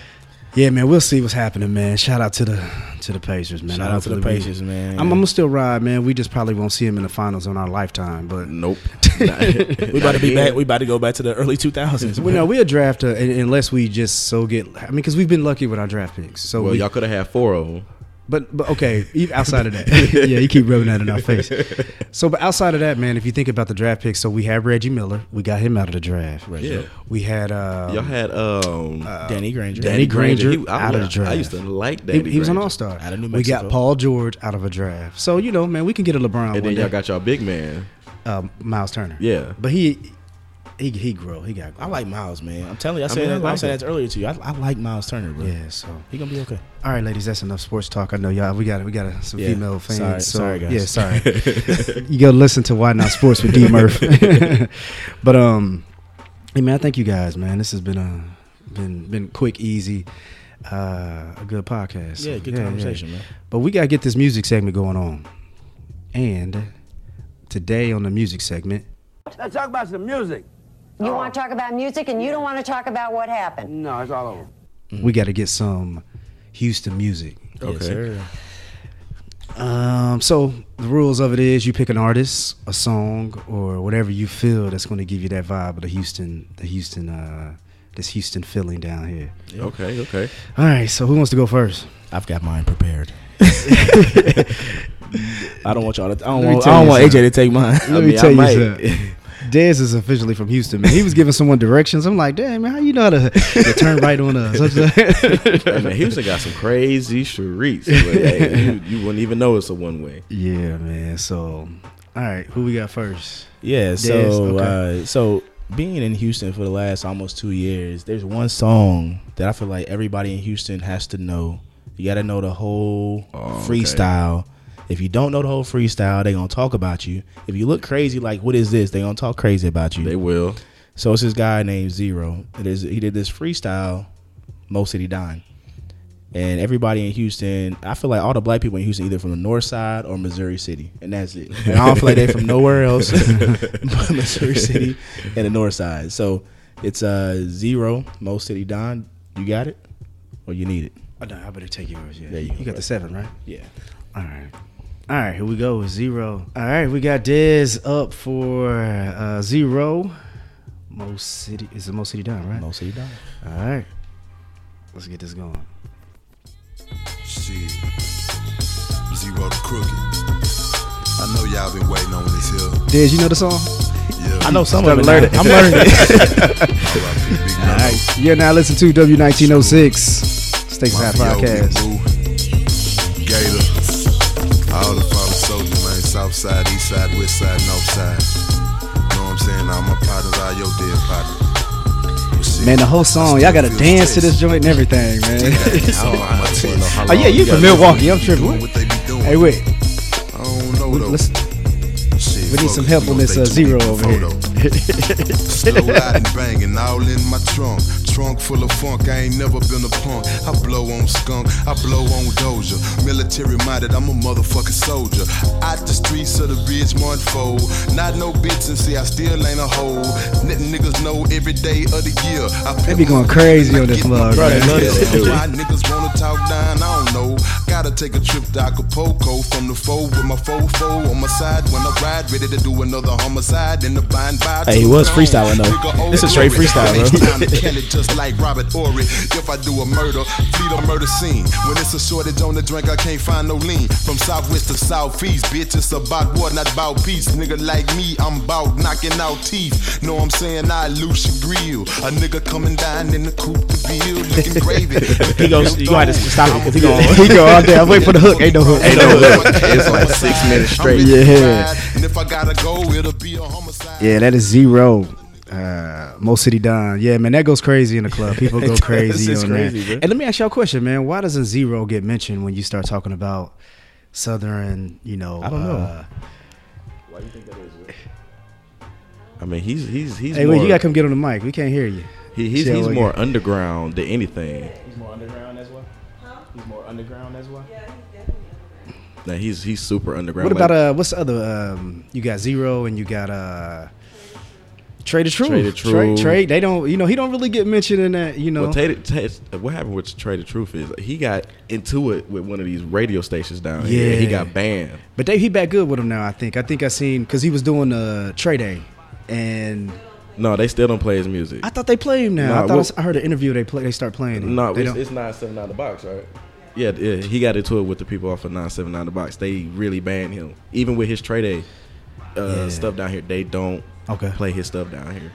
yeah, man. We'll see what's happening, man. Shout out to the to the Pacers, man. Shout out to the Hopefully we- Pacers, man. I'm, I'm gonna still ride, man. We just probably won't see him in the finals in our lifetime, but Mm. Nope. we about to be back. We about to go back to the early (laughs) 2000s. well, no, we'll draft uh, un- unless we just so get. I mean, because we've been lucky with our draft picks. So Well, we, y'all could have had four of them. But but okay, (laughs) e- outside of that, yeah, you keep rubbing that in our face. So, but outside of that, man, if you think about the draft picks, so we had Reggie Miller, we got him out of the draft. Reggie. Yeah. We had uh, Y'all had um uh, Danny Granger. Danny Granger out of the I draft. used to like he, Danny. he was an Granger. All Star. out of New We got Mexico. Paul George out of a draft. So you know, man, we can get a LeBron And one then y'all day. got y'all big man. um, Miles Turner. Yeah. but he he he grow. He got. Grow. I like Miles, man. I'm telling you, I said mean, I that, I like said him. that earlier to you. I, I like Miles Turner, bro. Yeah. So He gonna be okay. all right, ladies, that's enough sports talk. I know y'all. We got we got some Yeah. female fans. Sorry- so, sorry, guys. Yeah, sorry. (laughs) you go listen to Why Not Sports with D Murph. (laughs) but um, hey man, I thank you guys, man. This has been a been been quick, easy, uh, a good podcast. Yeah, good conversation, man. But we gotta get this music segment going on. And today on the music segment, Let's talk about some music. You want to talk about music and you don't want to talk about what happened. No, it's all over. Mm-hmm. we gotta get some Houston music. Okay. Um, so the rules of it is you pick an artist, a song, or whatever you feel that's going to give you that vibe of the Houston, the Houston, uh, this Houston feeling down here. Okay, okay. All right, so who wants to go first? I've got mine prepared. I don't want y'all. To, I don't Let me want. (laughs) tell I don't you want AJ something. to take mine. Let I me mean, tell I you might. (laughs) something. Dez is officially from Houston, man. He was giving someone directions. I'm like, damn, man, how you know how to, to turn right on (laughs) us? Hey, man, Houston got some crazy streets. But, hey, you, you wouldn't even know it's a one way. yeah, man. So, all right, who we got first? (laughs) Yeah, so okay. uh, so being in Houston for the last almost two years, there's one song that I feel like everybody in Houston has to know. You got to know the whole okay. freestyle. If you don't know the whole freestyle, they gonna talk about you. If you look crazy, like what is this? They gonna talk crazy about you. They will. So it's this guy named Zero. It is he did this freestyle, Mo City Dine. And everybody in Houston, I feel like all the black people in Houston either from the north side or Missouri City. And that's it. And I don't feel like they're from nowhere else (laughs) but Missouri City and the north side. So it's uh Zero, Mo City Don. You got it? Or you need it? Oh, no, I better take yours. Yeah, There you go, you, got bro. the seven, right? Yeah. All right. All right, here we go with zero. All right, we got Dez up for uh, zero. Most City is the most City down, right? Mo City Don. All right, let's get this going. Shit. Zero to crooked. I know y'all been waiting on this here. Dez, you know the song? Yeah. I know some of it. Starting to learn now. it. I'm (laughs) learning it. Big Big All right, you're now listening to W1906 Stakes High Podcast. Gator. All the father soldiers, man. South side, east side, west side, north side. Know what I'm saying? All my partners, all your dead partners. Well, shit, Man, the whole song, I y'all still gotta feel dance to the this joint and everything, man. taste. I don't know how much it is. (laughs) Oh yeah, you from Milwaukee? I'm tripping. Doing What? what they be doing. Hey, wait, I don't know though. let's Shit, we need fuck some it, help we on gon' this take uh, two zero people over here. photo. Slow riding, banging, all in my trunk. Trunk full of funk, I ain't never been a punk. I blow on skunk, I blow on doja. Military minded, I'm a motherfucking soldier. Out the streets of the Ridgemont fold. Not no bitch and see, I still ain't a hoe. Let niggas know every day of the year. I They be going crazy on this love, vlog, man. Why niggas wanna talk down, I don't know. Gotta take a trip to Acapulco from the foe with my fofo on my side when I ride, ready to do another homicide in the bind by. Hey, he was freestyling, though. This is straight freestyle, bro. Kill it just like Robert Ory. If I do a murder, flee the murder scene. When it's a shortage on the drink, I can't find no lean. From southwest to southeast, bitch, it's about war, not about peace. Nigga like me, I'm about knocking out teeth. Know what I'm saying? I lose your grill. A nigga coming down in the coupe to bill, looking gravy. (laughs) He goes, you gotta stop it because he going. (laughs) He go out there. I'm waiting for the hook. Ain't no hook. Ain't no hook. It's like six minutes straight. Yeah. And if I gotta go, it'll be a homicide. Yeah, that is zero. Uh, Mo City Don. Yeah, man, that goes crazy in the club. People go crazy It's on crazy, that. bro. And let me ask y'all a question, man. Why doesn't zero get mentioned when you start talking about Southern? You know, I don't know. Uh, I mean, he's he's he's hey, more, wait, you gotta come get on the mic. We can't hear you. he, he's, Yeah, he's well, more underground than anything. He's more underground as well. He's more underground as well. Now he's he's super underground. What about like, uh, what's the other? Um, you got zero, and you got uh. Trade the truth. Trade the Trade, Truth. trade. They don't. You know, he don't really get mentioned in that. You know. Well, Tate, Tate, what happened with Trey the Truth is he got into it with one of these radio stations down here. and He Yeah. got banned. But they, he back good with him now. I think. I think I seen because he was doing uh, Trey Day, and No, they still don't play his music. I thought they play him now. Nah, I thought well- I s- I heard an interview. They play. They start playing him. No, they it's, don't- it's nine seven out the box, right? Yeah, yeah, he got into it with the people off of nine seven out the box. They really banned him, even with his trade day uh, Yeah. stuff down here. They don't Okay. play his stuff down here,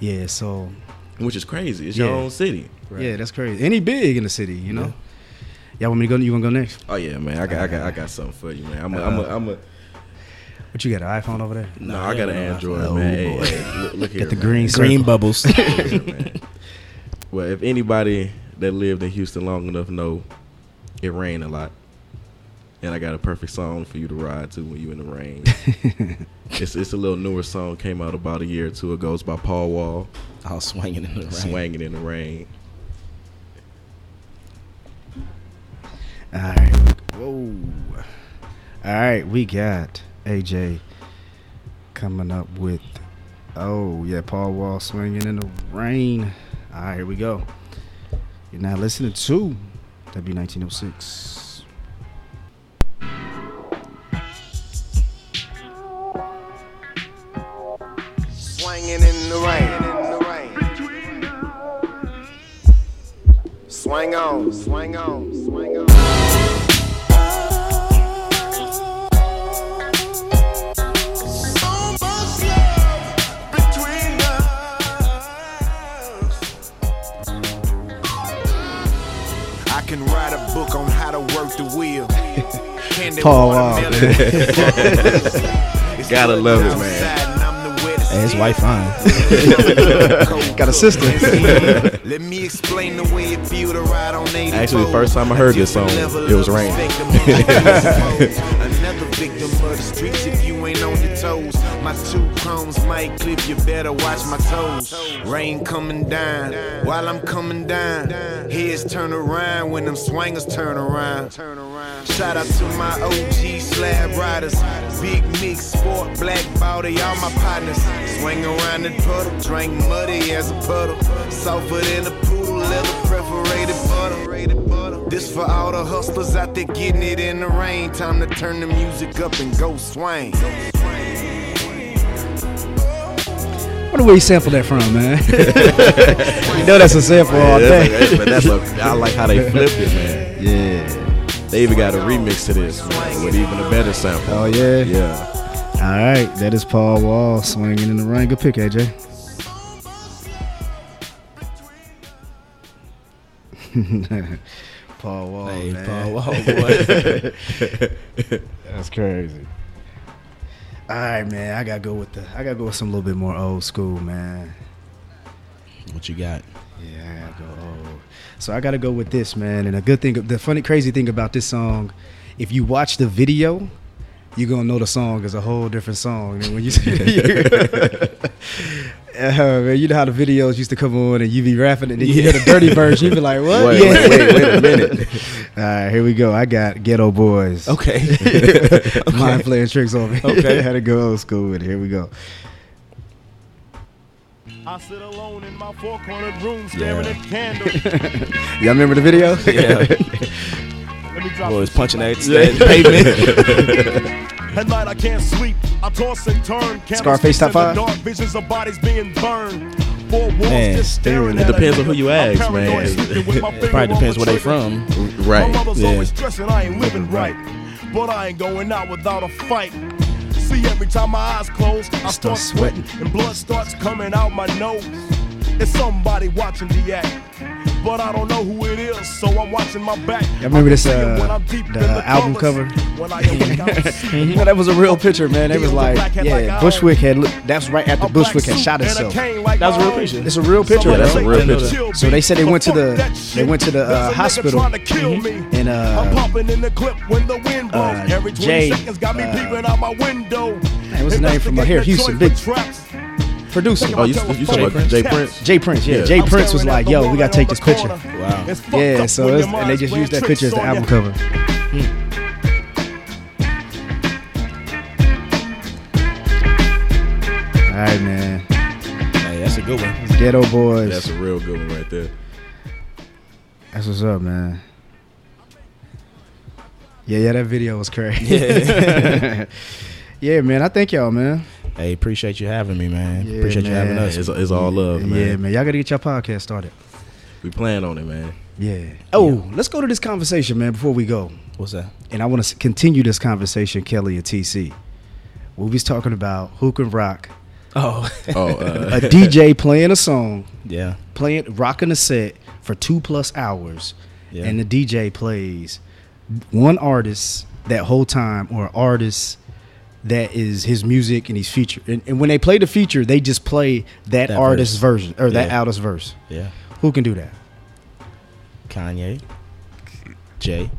yeah. So which is crazy. It's Yeah. your own city. yeah, that's crazy. And he big in the city, you know. Y'all want me to go? You want to go next? Oh yeah, man, I got, I got, I got something for you, man. I'm, a, I'm, a, I'm a. What you got? An iPhone over there? No, I got an Android, Oh, man. Hey, boy. hey, look, look here, Got the man. Green green. circle. (laughs) bubbles. Look here, man. Well, if anybody that lived in Houston long enough know, it rained a lot, and I got a perfect song for you to ride to when you in the rain. it's it's a little newer song came out about a year or two ago. It's by Paul Wall, All swinging in the rain. "Swangin' in the Rain." All right. Whoa. All right, we got AJ coming up with. Oh yeah, Paul Wall swinging in the rain. All right, here we go. You're now listening to W1906. Swinging in the rain. Swing on, swing on, swing on. So much love Paul Wall. Gotta love it, man. Hey, his wife fine. Got a sister. Let me explain the way it feel to ride on 84. Actually, the first time I heard this song, it was raining. (laughs) Another victim of the streets if you ain't on your toes. My two chromes might clip, you better watch my toes. Rain coming down while I'm coming down. Heads turn around when them swingers turn around. Shout out to my OG slab riders. Big mix, sport, black body, all my partners. Swing around the puddle, drink muddy as a puddle. Softer than a poodle, leather perforated butter. This for all the hustlers out there getting it in the rain. Time to turn the music up and go swing. wonder where you sampled that from, (laughs) man. you know that's a sample all day. That's like, that's, but that's a, I like how they flipped it, (laughs) man. Yeah. They even got a remix to this, man, with even a better sample. Oh yeah. Yeah. All right, that is Paul Wall swinging in the rain. Good pick, AJ. (laughs) Paul Wall, Oh, man. (laughs) That's crazy. All right, man. I gotta go with the. I gotta go with some little bit more old school, man. What you got? Yeah, I gotta go old. So I gotta go with this, man. And a good thing, the funny, crazy thing about this song, if you watch the video, you're gonna know the song is a whole different song than when you see it. (laughs) Uh, man, you know how the videos used to come on and you be rapping and then you hear the dirty version, you be like, "What?" Wait, wait, wait, wait a (laughs) minute. (laughs) All right, here we go. I got Ghetto (laughs) Boys. (laughs) Okay. Mind playing tricks on me. (laughs) Okay. Had to go old school with it. Here we go. I sit alone in my four cornered room staring at candles. Y'all remember the video? yeah. Let me drop Boy, was punching that, that pavement. At night I can't sleep. I toss and turn. Candles Scarface top in the five? Dark visions of bodies being burned. Four walls Man, just staring it at a depends on who nigga. you I'm ask, paranoid, man. sleeping with my finger Probably (laughs) on the depends where they trigger. from. My Right. mother's yeah. always stressing I ain't living right, but I ain't going out without a fight. See, every time my eyes close, I start sweating and blood starts coming out my nose. It's somebody watching the act, but I don't know who it is, so I'm watching my back. I remember this, uh, the album cover? (laughs) You know, that was a real picture, man. It was like, yeah, Bushwick had. look- That's right after Bushwick had shot himself. That was a real picture. It's a real picture. Yeah, that's bro. a real picture. So they said they went to the- they went to the, uh, hospital, and, uh, I'm popping in the clip when the wind blows. uh, Every 20 Jay, seconds got me uh, peeping out my window. what's his name from, uh, here, Houston, big- Producer. Oh, you, you talking about Jay Prince? Jay Prince, yeah. Yeah. Jay Prince was like, yo, we got to take this picture. Wow. Yeah, so it's, and they just used that picture as the album cover. Mm. All right, man. hey, that's a good one. Ghetto Boys. That's a real good one right there. That's what's up, man. Yeah, yeah, that video was crazy. (laughs) Yeah, man. I thank y'all, man. Hey, appreciate you having me, man. Yeah, appreciate you having man. us. It's, it's all love, man. Yeah, man. Y'all gotta get your podcast started. We plan on it, man. Yeah. Oh, let's go to this conversation, man. Before we go, What's that? and I want to continue this conversation, Kelly and TC. We was talking about who can rock (laughs) Oh, a Oh, (laughs) uh, DJ playing a song, yeah. playing rocking a set for two plus hours, Yeah. and the DJ plays one artist that whole time or an artist that is his music and he's featured. And, and when they play the feature, they just play that, That artist's verse. version or that Yeah. artist's verse. Yeah. Who can do that? Kanye, Jay.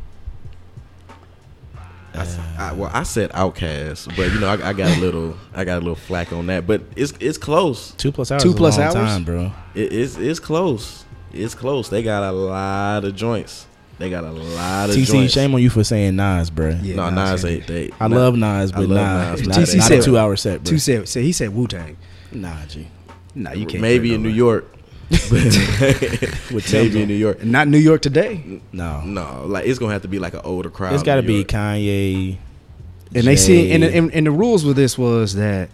I, well, I said Outcast, but you know, I, I got a little, I got a little flack on that, but it's it's close. Two plus hours. Two is a plus long hours? time, bro. It, it's it's close. It's close. They got a lot of joints. They got a lot of TC, joints. shame on you for saying Nas, bro. Yeah, no, Nas Nas ain't ain't. They, I love Nas, but nah, Nas, it's but not, they- TC not said- a two hour set, bro. Two said, said he said Wu Tang. Nah, G. Nah, you can't. Maybe play in no New way. (laughs) York. With maybe in New York. Not New York today. No. No, like it's gonna have to be like an older crowd. It's got to in New be York. Kanye. and they see and, Jay. and and the rules with this was that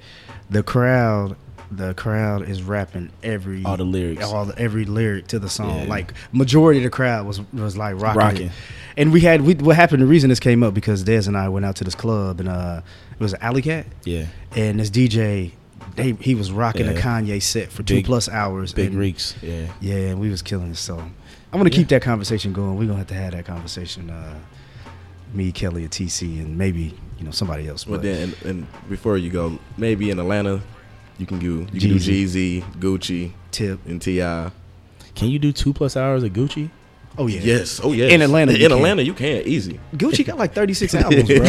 the crowd the crowd is rapping every All the lyrics. all the, every lyric to the song Yeah. like majority of the crowd was was like rocking, Rocking. it. and we had we what happened the reason this came up because Dez and I went out to this club and uh it was an alley cat Yeah. and this DJ they he was rocking a Yeah. Kanye set for two Big- plus hours Big and, Reeks. Yeah. yeah and we was killing it so I'm gonna keep that conversation going we're gonna have to have that conversation uh me, Kelly, and TC, and maybe you know somebody else. But but- then, and, and before you go, maybe in Atlanta, you can do you can do Jeezy. Jeezy, Gucci, Tip. and Ti. Can you do two plus hours of Gucci? Oh yeah. Yes, oh yes. In Atlanta, you in can. Atlanta, you can (laughs) easy, Gucci got like (laughs) 36 albums, bro.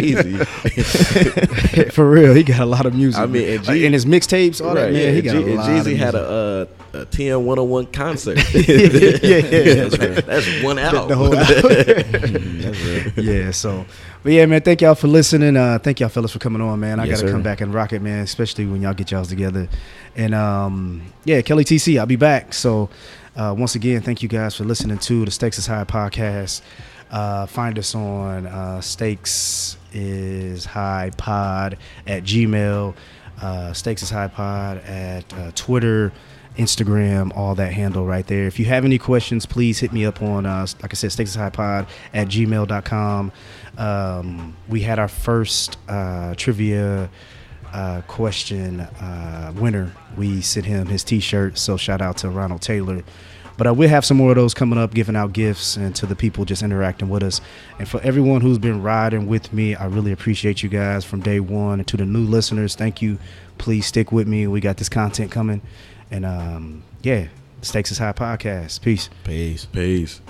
easy. For real, he got a lot of music. I mean, and Like, G- his mixtapes, all that. Man, he and got Jee- a and lot. of Jeezy music. had a uh, a TM 101 concert. (laughs) yeah, yeah, yeah. (laughs) that's, that's one out. the (laughs) whole (laughs) (laughs) yeah so but yeah man thank y'all for listening uh thank y'all fellas for coming on man i Yes, gotta sir. come back and rock it man especially when y'all get y'all's together and um yeah kelly tc i'll be back so uh once again thank you guys for listening to the stakes is high podcast uh find us on uh stakes is high pod at gmail uh stakes is high pod at uh, twitter Instagram, all that handle right there. If you have any questions, please hit me up on, uh, like I said, stakes high pod at gmail.com. Um, we had our first uh, trivia uh, question uh, winner. We sent him his t shirt, so shout out to Ronald Taylor. But I will have some more of those coming up, giving out gifts and to the people just interacting with us. And for everyone who's been riding with me, I really appreciate you guys from day one. And to the new listeners, thank you. Please stick with me. We got this content coming. And um, yeah, Stakes is High podcast. Peace. Peace. Peace.